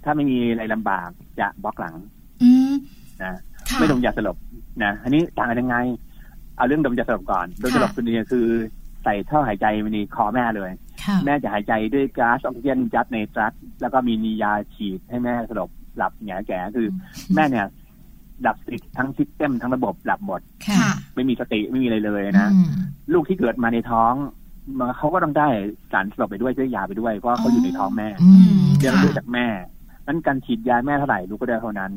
[SPEAKER 8] ถ้าไม่มีอะไรลำบากจะบล็อกหลัง
[SPEAKER 3] อืม
[SPEAKER 8] นะ
[SPEAKER 3] ค่ะ
[SPEAKER 8] ไม่ดมยาสลบนะอันนี้ต่างกันยังไง เอาเรื่องดมยาสลบก่อนดมยาสลบตัวนี้คือใส่ท่อหายใจไปในคอแม่เลย
[SPEAKER 5] ค่ะ
[SPEAKER 8] แม่จะหายใจด้วยก๊าซออกซิเจนจัดในตรัสแล้วก็มีนียาฉีดให้แม่สลบหลับแหงะแก่คือแม่เนี่ยหลับสนิททั้งซิสเต็มทั้งระบบหลับหมด
[SPEAKER 5] ค่ะ
[SPEAKER 3] ค่ะ
[SPEAKER 8] ไม่มีสติไม่มีอะไรเลยนะ
[SPEAKER 5] อืม
[SPEAKER 8] ลูกที่เกิดมาในท้องมันเขาก็ต้องได้สารสลบไปด้วยด้วยยาไปด้วยเพราะเขาอยู่ในท้องแม่
[SPEAKER 5] อืม
[SPEAKER 8] เรียน
[SPEAKER 5] ค่ะ
[SPEAKER 8] รู้จากแม่นั้นการฉีดยาแม่เท่าไหร่ลูกก็ได้เท่านั้น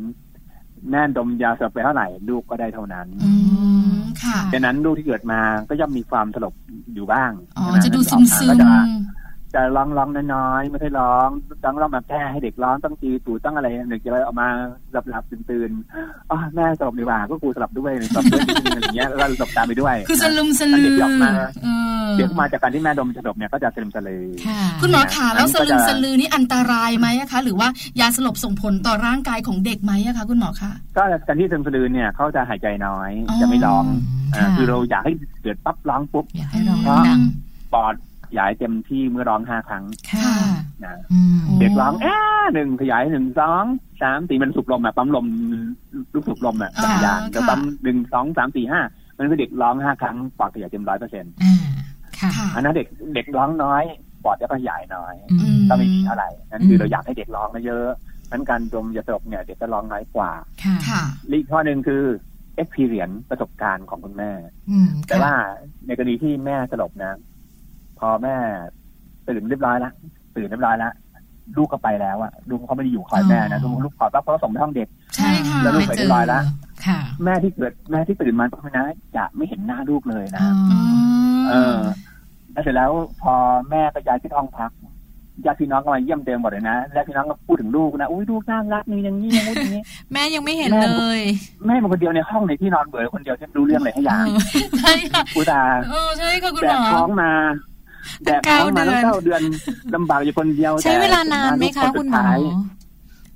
[SPEAKER 8] แม่ดมยาสลบไปเท่าไหร่ลูกก็ได้เท่านั้น
[SPEAKER 3] อืมค่ะ
[SPEAKER 8] ดังนั้นลูกที่เกิดมาก็ย่อมมีความสลบอยู่บ้าง
[SPEAKER 3] อ๋อ
[SPEAKER 8] ใช่ไห
[SPEAKER 3] จะดูซึมซึ
[SPEAKER 8] ก็
[SPEAKER 3] ม
[SPEAKER 8] จะจะร้องร้องน้อยๆไม่ค่อยร้องต้องร้องมาแก้ให้เด็กร้องต้องตีตูดต้องอะไรเด็กจะออกมาหลับหลับตื่นตื่นๆอ๋อแม่สลบดีกว่าก็กูสลบด้วยสลบด้วยนิดนึงอะไรเงี้ยแล้วสลบตามไปด้วย
[SPEAKER 3] คือสลุมสลื
[SPEAKER 8] เด็
[SPEAKER 3] อก
[SPEAKER 8] ออกมา
[SPEAKER 3] เออ
[SPEAKER 8] เดี๋ยวมาจากการที่แม่ดมสลบเนี่ยก็จะสลืมสลือ
[SPEAKER 5] ค่ะ
[SPEAKER 3] คุณหมอขาแล้วส
[SPEAKER 8] อัน
[SPEAKER 3] ลึ
[SPEAKER 8] นี้ก็
[SPEAKER 3] ม
[SPEAKER 8] จะ
[SPEAKER 3] สลือนี่อันตรายไหมอะคะ หรือว่ายาสลบส่งผลต่อร่างกายของเด็กไหมอะคะคุณหมอคะ
[SPEAKER 8] ก็การที่ซึมสลือเนี่ยเขาจะหายใจน้อย
[SPEAKER 3] อ๋อ
[SPEAKER 8] จะไม่ร้อง
[SPEAKER 5] อืม
[SPEAKER 8] อ่า
[SPEAKER 5] ค่ะ
[SPEAKER 8] คือเราอยากให้เกิดปั๊บร้องปุ๊บ
[SPEAKER 5] อยากให้ร้องดัง
[SPEAKER 8] ปอด ยายเต็มที่เมื่อร้องห้าครั้ง
[SPEAKER 5] ค่ะ
[SPEAKER 8] นะ
[SPEAKER 5] อืม
[SPEAKER 3] อืม
[SPEAKER 8] เด็กร้องแอ้หนึ่งขยายหนึ่งสองสามสี่มันสูบลมอะปั๊มลมลูกสูบลมอะสาม
[SPEAKER 5] อ่า
[SPEAKER 8] อย่างจะ
[SPEAKER 3] ค่ะ
[SPEAKER 8] ปั๊มหนึ่งสองสามสี่ห้ามันคือเด็กร้องห้าครั้งปอดขยายเต็มร้อยเปอร์เซ็นต์
[SPEAKER 5] อ่าค่ะ
[SPEAKER 3] ค่ะ
[SPEAKER 8] อันนั้นเด็กเด็กร้องน้อยปอดจะขยายน้อย
[SPEAKER 5] อืม
[SPEAKER 8] ก็ไม่มีเท่าไหร่นั่นคื
[SPEAKER 5] ม
[SPEAKER 8] ออเราอยากให้เด็กร้องเยอะๆนั้นการดมยาสลบเนี่ยเด็กจะร้องน้อยกว่า
[SPEAKER 5] ค่ะ
[SPEAKER 3] ค่ะ
[SPEAKER 8] และอีกข้อหนึ่งคือ experience ประสบการณ์ของคุณแม่
[SPEAKER 5] อืม
[SPEAKER 8] แต่
[SPEAKER 5] ค่ะ
[SPEAKER 8] ว่าในกรณีที่แม่สลบนะ พอแม่ตื่นเรียบร้อยละตื่นเรียบร้อยละลูกก็ไปแล้วอะลูกเขาไม่ได้อยู่คอยแม่นะลูกลูกขอรับเพราะส่งไปห้องเด็ก
[SPEAKER 3] ใช่ค่ะ
[SPEAKER 8] แล้วลูกไปเรียบร้อยแล้ว
[SPEAKER 5] ค่ะ
[SPEAKER 8] แม่ที่เกิดแม่ที่ตื่นมาก็ไม่นะจะไม่เห็นหน้าลูกเลยนะ
[SPEAKER 5] อ๋อ
[SPEAKER 8] เออแล้วเสร็จแล้วพอแม่ก็ย้ายขึ้นห้องพักญาติพี่น้องก็มาเยี่ยมเต็มหมดเลยนะและพี่น้องก็พูดถึงลูกนะอุ้ยลูกน่ารักนี่อย่างนี้อย่างนู้นอย่างนี้
[SPEAKER 5] แม่ยังไม่เห็น
[SPEAKER 8] แม่
[SPEAKER 5] เลย
[SPEAKER 8] แม่เป็นคนเดียวในห้องในที่นอนเบื่อคนเดียวฉันรู้เรื่องอะไรให้ยาย
[SPEAKER 5] เออใช่ค่ะ
[SPEAKER 8] อุตส่าห์
[SPEAKER 5] เออใช่ค่ะคุณ
[SPEAKER 8] แบ
[SPEAKER 5] หมอ
[SPEAKER 8] กท้องมาแบกท้องมา
[SPEAKER 5] เก้าเดือน
[SPEAKER 8] ตั้งเก้าเดือนลำบากอยู่คนเดียว
[SPEAKER 5] ใช้เวลานานไหมคะ
[SPEAKER 8] แต่
[SPEAKER 5] คุณหมอ
[SPEAKER 8] สุ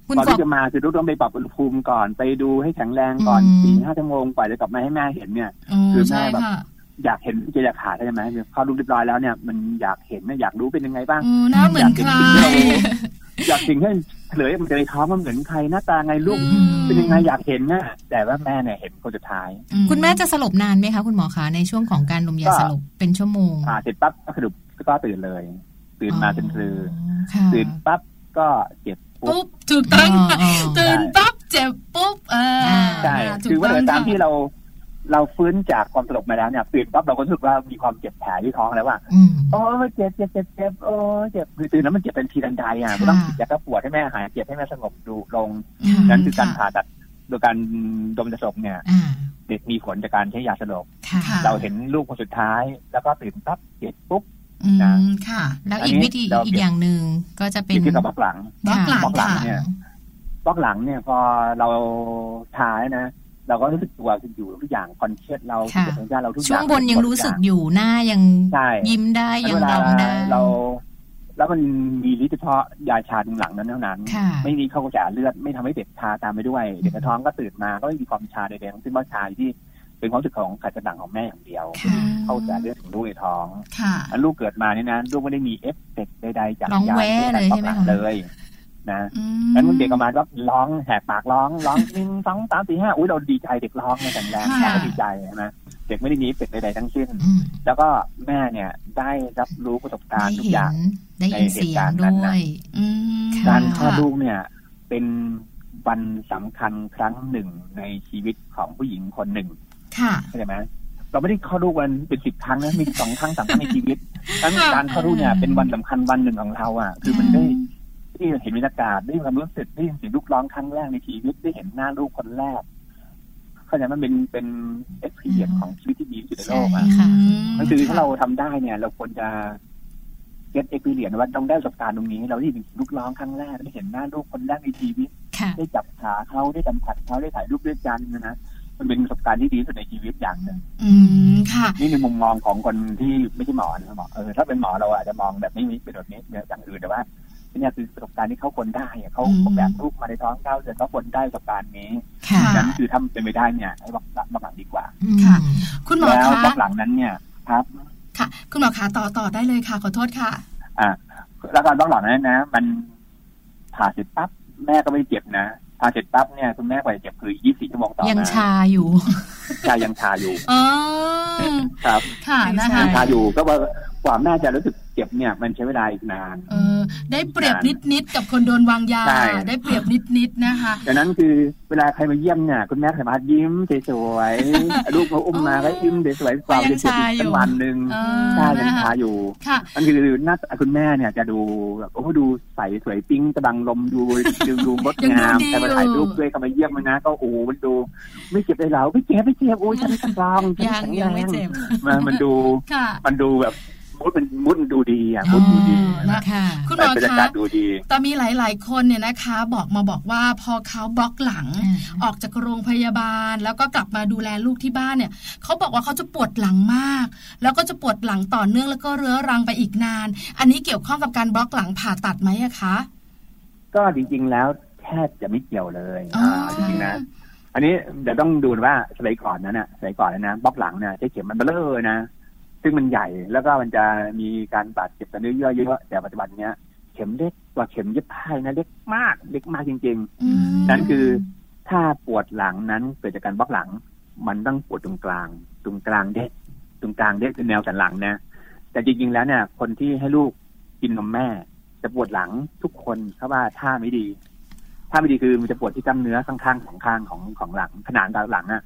[SPEAKER 5] คุ
[SPEAKER 8] ด
[SPEAKER 5] ณ
[SPEAKER 8] ท้าย
[SPEAKER 5] สอบ
[SPEAKER 8] ก่อนที่จะมาคือลูกต้องไปปรับอุณหภูมิก่อนไปดูให้แข็งแรงก่อน
[SPEAKER 5] อืม
[SPEAKER 8] สี่ห้าชั่วโมงกว่าจะกลับมาให้แม่เห็นเนี่ย
[SPEAKER 3] โอ้
[SPEAKER 8] คือแม่
[SPEAKER 3] ใช่
[SPEAKER 8] แบบ
[SPEAKER 3] ค่ะ
[SPEAKER 8] อยากเห็นจะอยากขาดใช่ไหมพอลูกเรียบร้อยแล้วเนี่ยมันอยากเห็นนะอยากรู้เป็นยังไงบ้าง
[SPEAKER 3] เออหน้าเหมือนใคร
[SPEAKER 8] อยากสิ่งที่เฉลยมันจะในท้องมันเหมือนใครหน้าตาไงลูก
[SPEAKER 3] อืม
[SPEAKER 8] เป็นยังไงอยากเห็นนะแต่ว่าแม่เนี่ยเห็นคนสุดท้าย
[SPEAKER 5] คุณแม่จะสลบนานไหมคะคุณหมอคะในช่วงของการดมยา
[SPEAKER 8] ก็
[SPEAKER 5] สลบเป็นชั่วโมง
[SPEAKER 8] อ่าเสร็จปั๊บก็สรุปก็ตื่นเลย ตื่นมาเป็นคือ
[SPEAKER 5] ค่ะ
[SPEAKER 8] ตื่นปั๊บก็เจ็บปุ๊
[SPEAKER 3] ปุ๊
[SPEAKER 8] บบ
[SPEAKER 3] ถูกต้องค่ะ
[SPEAKER 5] อ๋ออ๋อ
[SPEAKER 3] ตื่นปั๊บเจ็บปุ๊บอ่า
[SPEAKER 8] ใช่
[SPEAKER 3] ถู
[SPEAKER 8] คือว่า
[SPEAKER 3] ต้ง
[SPEAKER 8] เดี๋ยวตาม
[SPEAKER 3] ค่ะ
[SPEAKER 8] ที่เรา เราฟื้นจากความสลบมาแล้วเนี่ยตื่นปั๊บเราก็รู้สึกว่ามีความเจ็บแผลที่ท้องแล้วว่า
[SPEAKER 5] อืม
[SPEAKER 8] โอ้ยเจ็บเจ็บเจ็บเจ็บโอ้ยเจ็บคือตื่นแล้วมันเจ็บเป็นทีทันใดอ่ะมันต้อง
[SPEAKER 5] ค่ะ
[SPEAKER 8] ฉีดยาแก้ปวดให้แม่หายเจ็บให้แม่สงบดูลง
[SPEAKER 5] อืม
[SPEAKER 8] นั่นคือการ
[SPEAKER 3] ค่ะ
[SPEAKER 8] ผ่าตัดโดยการดมยาสลบเนี่ย
[SPEAKER 5] อ่า
[SPEAKER 8] เด็กมีผลจากการใช้ยาสลบ
[SPEAKER 5] ค่ะ
[SPEAKER 3] ค่ะ
[SPEAKER 8] เราเห็นลูกคนสุดท้าย แล้วก็ตื่นปั๊บเจ็บปุ๊บ
[SPEAKER 3] อื
[SPEAKER 8] นะ
[SPEAKER 3] มค่ะ
[SPEAKER 5] แล้วอีกวิธี
[SPEAKER 8] อันนี้เรา
[SPEAKER 5] อีกอย่างหนึ่งก็จะเป็น
[SPEAKER 8] เด็กที่กระบอกหลัง
[SPEAKER 3] บล็อกหลัง
[SPEAKER 8] บล็อกหลัง
[SPEAKER 3] ค่ะ
[SPEAKER 8] เนี่ย บล็อกหลังเนี่ยพอเราทายนะ เราก็รู้สึกตัวอยู่ทุกอย่างคอนเชียสเราจิตวิญญาณเราทุกอย่าง
[SPEAKER 5] ช่วงบนยังรู้สึกอยู่หน้ายัง
[SPEAKER 8] ใช่
[SPEAKER 5] ยิ้มได้
[SPEAKER 8] แล้ว
[SPEAKER 5] ยัง
[SPEAKER 8] เวลา
[SPEAKER 5] ร้องได้
[SPEAKER 8] เรา แล้วมันมีฤทธิ์เฉพาะยาชาดึงหลังนั้นเท่านั้น
[SPEAKER 5] ค่ะ
[SPEAKER 8] ไม่มีเข้ากระแสเลือดไม่ทำให้เด็กชาตามไปด้วย เด็กในท้องก็ตื่นมาก็ไม่มีความชาใดๆทั้งสิ้นว่าชาที่เป็นความรู้สึกของขัดจันหลังของแม่อย่างเดียว
[SPEAKER 5] ค่ะ
[SPEAKER 8] เข้ากระแสเลือดของลูกในท้อง
[SPEAKER 3] ค่ะ
[SPEAKER 8] อันลูกเกิดมาเนี่ยนะลูกไม่ได้มีเอฟเฟกต์ใดๆจาก
[SPEAKER 5] ร้อง
[SPEAKER 8] ยา
[SPEAKER 5] แว้เลยใช่ไหมคะ
[SPEAKER 8] เลยนะ
[SPEAKER 3] อื
[SPEAKER 8] งั้นเด็กประมาณว่าร้องแหกปากร้องร้อง หนึ่งสองสามสี่ห้าอุ้ยเราดีใจเด็กร้องในแข็งแรงเราก็ดีใจนะเด็กไม่ได้มีเอฟเฟกต์ใดๆทั้งสิ้น
[SPEAKER 5] อืม
[SPEAKER 8] แล้วก็แม่เนี่ยได้รับรู้ประสบการ
[SPEAKER 5] ได้
[SPEAKER 8] ณ์ทุก
[SPEAKER 5] เห็
[SPEAKER 8] อย่าง
[SPEAKER 5] นได้ยินเสียงด้วย
[SPEAKER 3] อืม
[SPEAKER 5] ค่ะ
[SPEAKER 8] การคลอดลูกเนี่ย เป็นวันสำคัญครั้งหนึ่งในชีวิตของผู้หญิงคนหนึ่ง
[SPEAKER 3] ค่ะ
[SPEAKER 8] เข้าใจไหมเราไม่ได้เข้าลูกวันเป็นสิบครั้ง นะมีสองครั้งสามครั้งในชีวิตดังนั้นการเข้าลูกเนี่ยเป็นวันสำคัญวันหนึ่งของเราอ่ะ คือมันได้ที่เห็นบรรยากาศได้ความรู้สึกได้ยินเสียงลูกร้องครั้งแรกในชีวิตได้เห็นหน้าลูกคนแรก เข้าใจไหมมันเป็นเป็นเอ็กซ์เพรีย
[SPEAKER 5] อืม
[SPEAKER 8] ของชีวิตที่ดีที่สุดในโล
[SPEAKER 5] ใช่
[SPEAKER 8] กอ่ะ
[SPEAKER 5] ค่ะ
[SPEAKER 8] นั่นคือถ้าเราทำได้เนี่ย เราควรจะเก็ตเอ็กซ์เพรียว่าต้องได้ประสบการณ์ตรงนี้ เราได้ยินเสียงลูกร้องครั้งแรกได้เห็นหน้าลูกคนแรกในชีวิต
[SPEAKER 5] ค่ะ
[SPEAKER 8] ได้จับขาเขาได้สัมผัสเขาได้ถ่ายรูปด้วยกันนะนะมันเป็นประสบการณ์ที่ดีที่สุดในชีวิตอย่างหนึ่ง
[SPEAKER 3] อืมค่ะ
[SPEAKER 8] นี่ในมุมมองของคนที่ไม่ใช่หมอนะหมอเออถ้าเป็นหมอเราอาจจะมองแบบไม่มีเป็นแบบนี้อย่างอื่นแต่ว่าเนี่ยคือประสบการณ์ที่เขาควรได้อะเขา
[SPEAKER 3] อืม
[SPEAKER 8] เขาแบบลูกมาในท้องเก้าเดือนเขาควรได้ประสบการณ์นี้
[SPEAKER 5] ค่ะ
[SPEAKER 3] ค่ะ
[SPEAKER 8] นั้นคือถ้าเป็นไปได้เนี่ยให้บอกหลังบอกหลังดีกว่า
[SPEAKER 5] อืม
[SPEAKER 3] ค่ะ คุณหมอ
[SPEAKER 8] แล้ว
[SPEAKER 3] คะ
[SPEAKER 8] บอกหลังนั้นเนี่ยครับ
[SPEAKER 3] ค่ะ คุณหมอคะต่อต่อได้เลยค่ะ ขอโทษค่ะ
[SPEAKER 8] อ่าแล้วการบอกหลังนั้นนะ มันผ่าเสร็จปั๊บแม่ก็ไม่ได้เจ็บนะผ่าเสร็จปั๊บเนี่ยคุณแม่กว่าจะเจ็บคือ 24 ชั่วโมงต่อมา
[SPEAKER 5] ยังชาอยู่
[SPEAKER 8] ชายังชาอยู่
[SPEAKER 3] อ๋อ
[SPEAKER 8] ครับ
[SPEAKER 3] ค่ะนะ
[SPEAKER 5] ใช่
[SPEAKER 3] คะ
[SPEAKER 8] ยังชาอยู่ก็ว่ากว่าแม่จะรู้สึกเจ็บเนี่ย มันใช้เวลาอีกนาน
[SPEAKER 3] เออ ได้เปรียบนิดนิดๆกับคนโดนวางยา
[SPEAKER 8] ใช่
[SPEAKER 3] ได้เปรียบนิดนิดๆนะคะ
[SPEAKER 8] ดังนั้นคือเวลาใครมาเยี่ยมเนี่ยคุณแม่สามารถยิ้มสวย ๆ ลูกมาอุ้มมาก็ยิ้มสวยๆเปล่า
[SPEAKER 5] ยัง
[SPEAKER 8] เจ็บอี
[SPEAKER 5] ชาก อยู่
[SPEAKER 8] เป็นวันหนึ่ง
[SPEAKER 3] เอ
[SPEAKER 8] ใช่
[SPEAKER 3] อ
[SPEAKER 8] ยัง
[SPEAKER 3] นะคะ
[SPEAKER 8] ชาอยู่
[SPEAKER 3] ค่ะ
[SPEAKER 8] มันคือหน้าตาคุณแม่เนี่ยจะดูแบบโอ้โหดูใสสวยปิ้งกระบังลมดู ดูดูงด
[SPEAKER 3] ยังดู
[SPEAKER 8] งาม
[SPEAKER 3] ดี
[SPEAKER 8] แต่มาถ่ายรูปด้วยก็มาเยี่ยมมันนะก็โอ้โหมันดู ไม่เจ็บเลยเหราไม่เจ็บไม่เจ็บโอ้ยฉันแข็งแรงฉัน
[SPEAKER 5] ยังยั
[SPEAKER 8] แข็ง
[SPEAKER 5] ง
[SPEAKER 8] แร
[SPEAKER 5] ไม่
[SPEAKER 8] ง
[SPEAKER 5] เจ็บ
[SPEAKER 8] มันมันดู
[SPEAKER 3] ค่ะ
[SPEAKER 8] มันดูแบบมูดมันมูดมันดูดีอ่ะมูดดูดี
[SPEAKER 3] อ๋อนะ
[SPEAKER 5] ค่ะ
[SPEAKER 3] คุณหมอ
[SPEAKER 8] มันบรรยา
[SPEAKER 3] คะ
[SPEAKER 8] กาศดูดี
[SPEAKER 3] แต่มีหลาย ๆ คนเนี่ยนะคะ บอกมาบอกว่าพอเขาบล็อกหลัง ออกจากโรงพยาบาล แล้วก็กลับมาดูแลลูกที่บ้านเนี่ยเขาบอกว่าเขาจะปวดหลังมาก แล้วก็จะปวดหลังต่อเนื่องแล้วก็เรื้อรังไปอีกนาน อันนี้เกี่ยวข้องกับการบล็อกหลังผ่าตัดไหมอะคะ
[SPEAKER 8] ก็จริงๆแล้วแทบจะไม่เกี่ยวเลย
[SPEAKER 3] อ๋ออ่
[SPEAKER 8] าจริงๆนะ อันนี้เดี๋ยวต้องดูว่าสมัยก่อนนั้นน่ะสมัยก่อนนะนะบล็อกหลังเนี่ยใช้เข็มมันเบลอนะใช้ ซึ่งมันใหญ่แล้วก็มันจะมีการบาดเจ็บต่อเนื้อเยื่อเยอะแต่ปัจจุบันเนี้ยเข็มเล็กกว่าเข็มเย็บผ้านะเล็กมากเล็กมากจริง
[SPEAKER 3] อืม
[SPEAKER 8] ๆ นั่นคือถ้าปวดหลังนั้นเกิดจากการบล็อกหลัง มันต้องปวดตรงกลาง ตรงกลางเด็กตรงกลางเด็กคือแนวสันหลังนะ แต่จริงๆแล้วเนี่ย คนที่ให้ลูกกินนมแม่ จะปวดหลังทุกคนเขาว่าท่าไม่ดีท่าไม่ดีคือมันจะปวดที่กล้ามเนื้อข้างๆสองข้างของของหลังขนานกับหลังอะ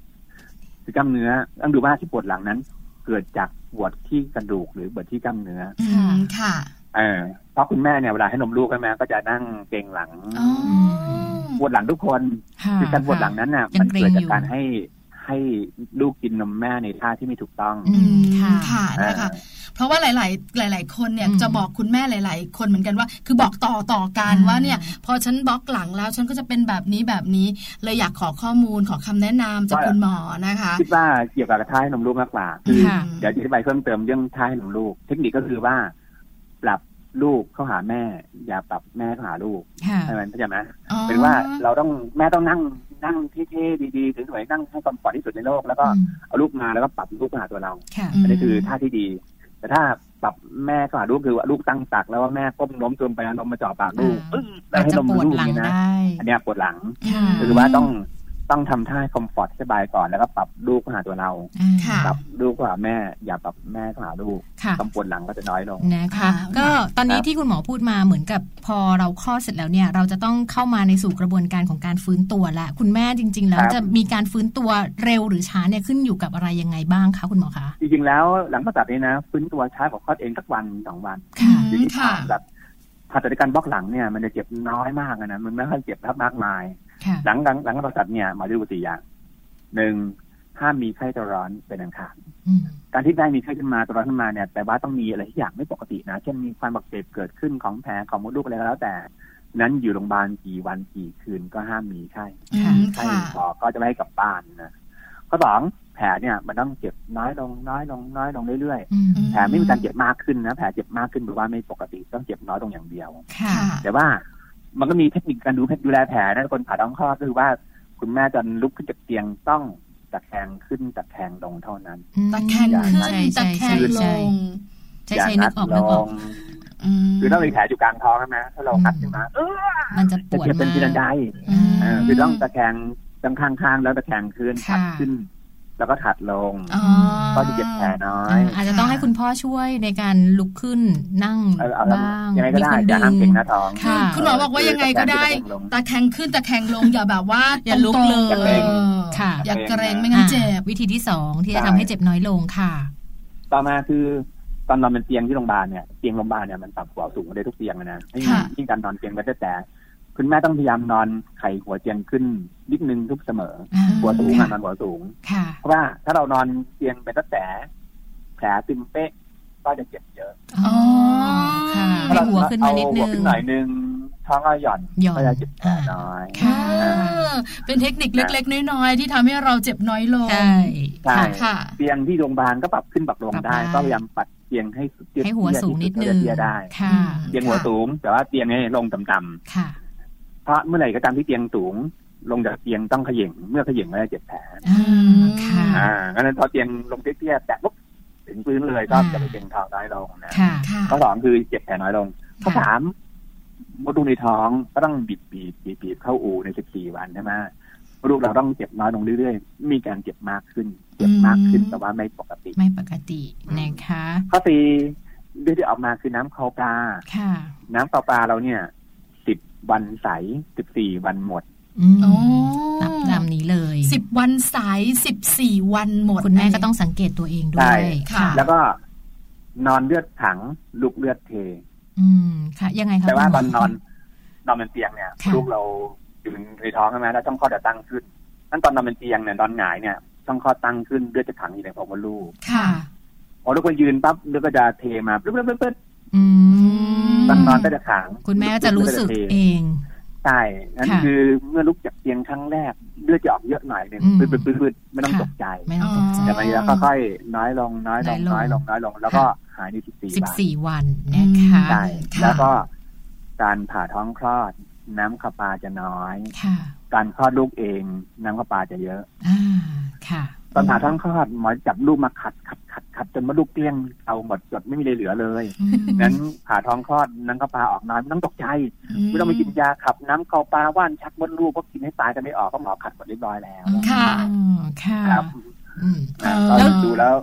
[SPEAKER 8] คือกล้ามเนื้อต้องดูว่าที่ปวดหลังนั้น เกิดจากปวดที่กระดูกหรือปวดที่กล้ามเนื้อ
[SPEAKER 3] อืมค่ะ
[SPEAKER 8] เออเพราะคุณแม่เนี่ยเวลาให้นมลูกใช่ไหมก็จะนั่งเกรงหลัง
[SPEAKER 3] อ๋อ
[SPEAKER 8] ปวดหลังทุกคน
[SPEAKER 5] ค่ะ
[SPEAKER 8] คือการปวดหลังนั้นน่ะ
[SPEAKER 5] ยั
[SPEAKER 8] มัน
[SPEAKER 5] งเกร
[SPEAKER 8] เกิ
[SPEAKER 5] งอ
[SPEAKER 8] ดจาก
[SPEAKER 5] ยู่
[SPEAKER 8] การให้ให้ลูกกินนมแม่ในท่าที่ไม่ถูกต้อง
[SPEAKER 5] อื
[SPEAKER 3] อื
[SPEAKER 5] ม
[SPEAKER 3] ม
[SPEAKER 5] ค่ะ
[SPEAKER 3] ค่ะนะคะ เพราะว่าหลาย ๆ หลาย ๆ คนเนี่ย
[SPEAKER 5] อืม
[SPEAKER 3] จะบอกคุณแม่หลาย ๆ คนเหมือนกันว่า คือบอกต่อต่อกัน
[SPEAKER 5] อ่า
[SPEAKER 3] ว่าเนี่ย พอฉันบล็อกหลังแล้วฉันก็จะเป็นแบบนี้แบบนี้ เลยอยากขอข้อมูลขอคำแนะนำจาก
[SPEAKER 8] ว่า
[SPEAKER 3] คุณหมอนะคะ
[SPEAKER 8] คิดว่าเกี่ยวกับท่าให้นมลูกมากกว่าคือ
[SPEAKER 5] ค่ะ
[SPEAKER 8] เดี๋ยวจะอธิบายเพิ่มเติมเรื่องท่าให้นมลูก เทคนิคก็คือว่า ปรับลูกเข้าหาแม่ อย่าปรับแม่เข้าหาลูก
[SPEAKER 5] ค่ะ
[SPEAKER 8] ใช่ไหมเข้าใจไหม
[SPEAKER 3] อ๋อ
[SPEAKER 8] เป็นว่าเราต้องแม่ต้องนั่งนั่งเท่ๆดีๆสวยๆนั่งให้ความปลอดที่สุดในโลกแล้วก็เอาลูกมาแล้วก็ปรับลูกเข้าหาตัวเรา
[SPEAKER 5] ค่ะ
[SPEAKER 8] อันนี้คือท่าที่ดี แต่ถ้าปรับแม่ก็หาลูกคือว่าลูกตั้งตักแล้วว่าแม่ก้มล้มจนไปแล้วนมมาเจ่อปากลูก
[SPEAKER 5] อ่า
[SPEAKER 8] ปึ้งแล้
[SPEAKER 5] อาจ
[SPEAKER 8] ให้
[SPEAKER 5] จะ
[SPEAKER 8] นม
[SPEAKER 5] ปวด
[SPEAKER 8] ลูก
[SPEAKER 5] หลัง
[SPEAKER 8] นี่นะ
[SPEAKER 5] ได้
[SPEAKER 8] อันเนี้ยปวดหลัง
[SPEAKER 5] ค่ะ
[SPEAKER 8] ก็คือว่าต้องต้องทำท่าคอมฟอร์ตสบายก่อนแล้วก็ปรับลูกเข้าหาตัวเรา
[SPEAKER 5] ค่ะ
[SPEAKER 8] ปรับลูกเข้าหาแม่อย่าปรับแม่เข้าหาลูก
[SPEAKER 5] ค่ะ
[SPEAKER 8] ความปวดหลังก็จะน้อยลง
[SPEAKER 5] นะคะ ก็ตอนนี้ที่คุณหมอพูดมาเหมือนกับพอเราคลอดเสร็จแล้วเนี่ย เราจะต้องเข้ามาในสู่กระบวนการของการฟื้นตัวละคุณแม่จริง ๆ แล้ว
[SPEAKER 8] ครับ
[SPEAKER 5] จะมีการฟื้นตัวเร็วหรือช้าเนี่ยขึ้นอยู่กับอะไรยังไงบ้างคะคุณหมอคะ
[SPEAKER 8] จริงๆแล้วหลังผ่าตัดนี้นะฟื้นตัวช้ากว่าคลอดเองสักวันสองวัน
[SPEAKER 5] ค่ะ
[SPEAKER 3] อืมค่ะ
[SPEAKER 8] แบบผ่าตัดการบล็อกหลังเนี่ยมันจะเจ็บน้อยมากอะนะมันไม่ค่อยเจ็บมากมาย
[SPEAKER 5] ค่ะ
[SPEAKER 8] หลังหลังหลังการผ่าตัดเนี่ยหมอจะดูสี่อย่างหนึ่งห้ามมีไข้ตัวร้อนเป็นอันขาด
[SPEAKER 5] อืม
[SPEAKER 8] การที่ได้มีไข้ขึ้นมาตัวร้อนขึ้นมาเนี่ยแต่ว่าต้องมีอะไรที่อย่างไม่ปกตินะเช่นมีความบักเสบเกิดขึ้นของแผลของมดลูกอะไรก็แล้ว แต่ นั้นอยู่โรงพยาบาลกี่วันกี่คืนก็ห้ามมีไข้
[SPEAKER 3] อืม
[SPEAKER 8] ไข้
[SPEAKER 3] ค่ะ
[SPEAKER 8] ต่อก็จะไม่ให้กลับบ้านนะข้อสองแผลเนี่ยมันต้องเจ็บน้อยลงน้อยลงน้อยลงเรื่อย
[SPEAKER 5] อืม
[SPEAKER 8] ๆแผลไม่มีการเจ็บมากขึ้นนะแผลเจ็บมากขึ้นหรือว่าไม่ปกติต้องเจ็บน้อยลงอย่างเดียว
[SPEAKER 5] ค่ะ
[SPEAKER 3] ค่ะ
[SPEAKER 8] แต่ว่ามันก็มีเทคนิคการดูดูแลแผลนะคนผ่าท้องคลอดก็คือว่าคุณแม่จะลุกขึ้นจากเตียงต้องตะแคงขึ้นตะแคงลงเท่านั้น
[SPEAKER 3] ตะแคงขึ้น
[SPEAKER 5] ใช่
[SPEAKER 3] ตะแค
[SPEAKER 5] ใช่ใช่
[SPEAKER 3] งล
[SPEAKER 5] ใช่
[SPEAKER 3] ง
[SPEAKER 5] ใช่
[SPEAKER 8] อย่า
[SPEAKER 5] ใช่นึ
[SPEAKER 8] งั
[SPEAKER 5] กออกนึกออก
[SPEAKER 3] อืม
[SPEAKER 8] คือต้องมีแผลอยู่กลางท้องนะถ้าเรางัดขึ้นมาเออ
[SPEAKER 5] มันจะป
[SPEAKER 8] จะ
[SPEAKER 5] วด
[SPEAKER 8] เจ็บเป็น
[SPEAKER 5] มาก
[SPEAKER 8] ทีละใด
[SPEAKER 5] อืม
[SPEAKER 8] เออคือต้องตะแคงตั้งข้างๆแล้วตะแคงขึ้น
[SPEAKER 5] ค่ะ
[SPEAKER 8] ถัดขึ้น แล้วก็ถัดลง
[SPEAKER 3] อ๋อ
[SPEAKER 8] ก็จะเจ็บแผลน้อ
[SPEAKER 5] อ่าย อาจจะต้องให้คุณพ่อช่วยในการลุกขึ้นนั่ง
[SPEAKER 8] เออเอาละ
[SPEAKER 5] บ้าง
[SPEAKER 8] ยังไงก็ได้
[SPEAKER 5] มีคน
[SPEAKER 8] อย่าห้าม
[SPEAKER 5] ดึ
[SPEAKER 8] เก่
[SPEAKER 5] ง
[SPEAKER 8] งหน้าท้อง
[SPEAKER 5] ค่ะ
[SPEAKER 3] คุณหมอบอกว่ายังไงก็ได้ ตะแคงขึ้นตะแคงลงอย่าแบบว่า
[SPEAKER 5] อย่าลุก
[SPEAKER 3] ตรงๆ
[SPEAKER 5] เลย
[SPEAKER 8] อย่าเกรง
[SPEAKER 5] ค่ะ
[SPEAKER 3] อย่าเกรงไม่งั้นเจ็บ
[SPEAKER 5] อ่าวิธีที่สองที่จะ
[SPEAKER 8] ใช่
[SPEAKER 5] ทำให้เจ็บน้อยลงค่ะ
[SPEAKER 8] ต่อมาคือตอนนอนบนเตียงที่โรงพยาบาลเนี่ยเตียงโรงพยาบาลเนี่ยมันปรับหัวสูงได้ทุกเตียงอะนะไม่มี
[SPEAKER 3] ค่ะ
[SPEAKER 8] ที่การนอนเตียงก็ได้แต่ คุณแม่ต้องพยายามนอนไขหัวเตียงขึ้นนิดนึงทุกเสมอ
[SPEAKER 5] อ่า
[SPEAKER 8] หัวสูงอะนอ
[SPEAKER 5] ค่ะ
[SPEAKER 8] นหัวสูง
[SPEAKER 5] ค่ะ
[SPEAKER 8] เพราะว่าถ้าเรานอนเตียงเป็นตั้งแต่แผลตึงเป๊ะก็จะเจ็บเยอะ
[SPEAKER 5] อ๋อ ค่ะ
[SPEAKER 8] ถ้า
[SPEAKER 5] ให้
[SPEAKER 8] เรา
[SPEAKER 5] หัวขึ้นมานิด
[SPEAKER 8] เอ
[SPEAKER 5] นึ
[SPEAKER 8] หัว
[SPEAKER 5] ง
[SPEAKER 8] ขึ้นหน่อยนึงท้องก็หย่อน
[SPEAKER 5] หย่อน
[SPEAKER 8] ก็จะเจ็บแผล
[SPEAKER 5] อ่า
[SPEAKER 8] น้อย
[SPEAKER 5] ค่ะ
[SPEAKER 3] เป็นเทคนิคเล็กๆ น้อยๆ ที่ทำให้เราเจ็บน้อยลง
[SPEAKER 5] ใช่
[SPEAKER 8] ใช่
[SPEAKER 5] ค่ะ
[SPEAKER 3] ค่ะ
[SPEAKER 8] เตียงที่โรงพยาบาลก็ปรับขึ้นปรับลง
[SPEAKER 5] ปรับ
[SPEAKER 8] ได้
[SPEAKER 5] ได้
[SPEAKER 8] ก็พยายามปัดเตียงให้สุดเตี้ย
[SPEAKER 5] ให้หัวสูงนิดนึง
[SPEAKER 8] เตี้ยได้
[SPEAKER 5] ค่ะ
[SPEAKER 8] เตียงหัวสูง แต่ว่าเตียงเนี่ยลงต่ำๆ
[SPEAKER 5] ค่ะ
[SPEAKER 8] เพราะเมื่อไหร่ก็ตามที่เตียงสูง ลงจากเตียงต้องเขย่งเมื่อเขย่งก็จะเจ็บแผล
[SPEAKER 5] อ่า ค่ะ
[SPEAKER 8] อ่างั้นพอเตียงลงเตี้ยๆแตะปุ๊บถึงพื้นเลยก็
[SPEAKER 5] อ่า
[SPEAKER 8] จะไปเป็นเท้าน้อยลงนะ
[SPEAKER 5] ค่ะ
[SPEAKER 3] ค่ะ
[SPEAKER 8] ข้อสองคือเจ็บแผลน้อยลงข้อ
[SPEAKER 5] ค่ะ
[SPEAKER 8] สามมดลูกในท้องก็ต้องบีบบีบบีบบีบเข้าอูในสิบสี่วันใช่ไหมมดลูกเราต้องเจ็บน้อยลงเรื่อยๆมีการเจ็บมากขึ้น เจ็บมากขึ้น
[SPEAKER 3] อืม
[SPEAKER 8] แต่ว่าไม่ปกติ
[SPEAKER 5] ไม่ปกตินะคะ
[SPEAKER 8] ข้อสี่เรื่องที่ออกมาคือน้ำคอปลา
[SPEAKER 5] ค่ะ
[SPEAKER 8] น้ำคอปลาเราเนี่ยสิบวันใสสิบสี่วันหมด
[SPEAKER 5] อืม
[SPEAKER 3] โอ้
[SPEAKER 5] ตามตามนี้เลย
[SPEAKER 3] สิบวันสายสิบสี่วันหมด
[SPEAKER 5] คุณแม่ก็ต้องสังเกตตัวเองด้ว
[SPEAKER 8] ใช่
[SPEAKER 5] ย ค่ะ
[SPEAKER 8] แล้วก็นอนเลือดขังลุกเลือดเท
[SPEAKER 5] อืม ค่ะ ยังไงคะ
[SPEAKER 8] แต่ว่า
[SPEAKER 5] คุณหม
[SPEAKER 8] ตอนนอนนอนบนเตียงเนี่ย
[SPEAKER 5] ค่ะ
[SPEAKER 8] ลูกเราอยู่ในท้องใช่ไหมแล้วช่องคลอดจะตั้งขึ้นนั่นตอนนอนบนเตียงเนี่ยตอนหงายเนี่ยช่องคลอดตั้งขึ้นเลือดจะขังอยู่ในของมดลูก
[SPEAKER 5] ค่ะ
[SPEAKER 8] พอลูกก็ยืนปั๊บเลือดก็จะเทมาปึ๊บปึ๊บปึ๊บปึ๊บ
[SPEAKER 5] อืม
[SPEAKER 8] ตอนนอนก็จะขัง
[SPEAKER 5] คุณแม่ก็จะรู้สึก
[SPEAKER 8] เลือดจะ
[SPEAKER 5] เอ
[SPEAKER 8] เท
[SPEAKER 5] ง
[SPEAKER 8] ใช่นั่น
[SPEAKER 5] ค่ะ
[SPEAKER 8] คือเมื่อลุกจากเตียงครั้งแรกเลือดจะออกเยอะหน่อยหนึ่ง
[SPEAKER 5] อืม
[SPEAKER 8] ปึ๊บปึ๊บปึ๊บปึ๊บไม่ต้อง
[SPEAKER 5] ค่ะ
[SPEAKER 8] ตกใจ
[SPEAKER 5] ไม่ต้องตกใจ
[SPEAKER 8] แต่มันจะค่อยๆน้อยลงน้อยลง
[SPEAKER 5] น้
[SPEAKER 8] น้
[SPEAKER 5] อ
[SPEAKER 8] อย ย
[SPEAKER 5] ล
[SPEAKER 8] ล
[SPEAKER 5] ง
[SPEAKER 8] งน้อยลง แล้วก็หายในสิบสี่
[SPEAKER 5] สิบ
[SPEAKER 8] วัน
[SPEAKER 5] สี่วันนะคะ
[SPEAKER 8] ใช่
[SPEAKER 3] ค่ะ
[SPEAKER 8] แล้วก็การผ่าท้องคลอด น้ำขปาจะน้อย
[SPEAKER 5] ค่ะ
[SPEAKER 8] การคลอดลูกเอง น้ำขปาจะเยอะ
[SPEAKER 5] อ่า ค่ะ
[SPEAKER 8] ตอนผ่าท้องคลอดหมอจับลูกมาขัดขัดขัดขัด ครับจนมดลูกเกลี้ยงเอาหมดจดไม่มีเลยเหลือเลยนั้นผ่าท้องคลอดนั้นก็พาออกน้ำไม่ต้องตกใจ ไม่ต้องไปกินยาขับน้ำเกาปลาว่านชักมดลูกก็กินให้ตายจะไม่ออกก็หมอขัดหมดเรียบร้อยแล้ว
[SPEAKER 3] ค่ะ
[SPEAKER 2] ค่ะ
[SPEAKER 8] ครับ
[SPEAKER 2] อืม
[SPEAKER 8] นะ
[SPEAKER 3] เออ
[SPEAKER 8] ก็ดูแล้ว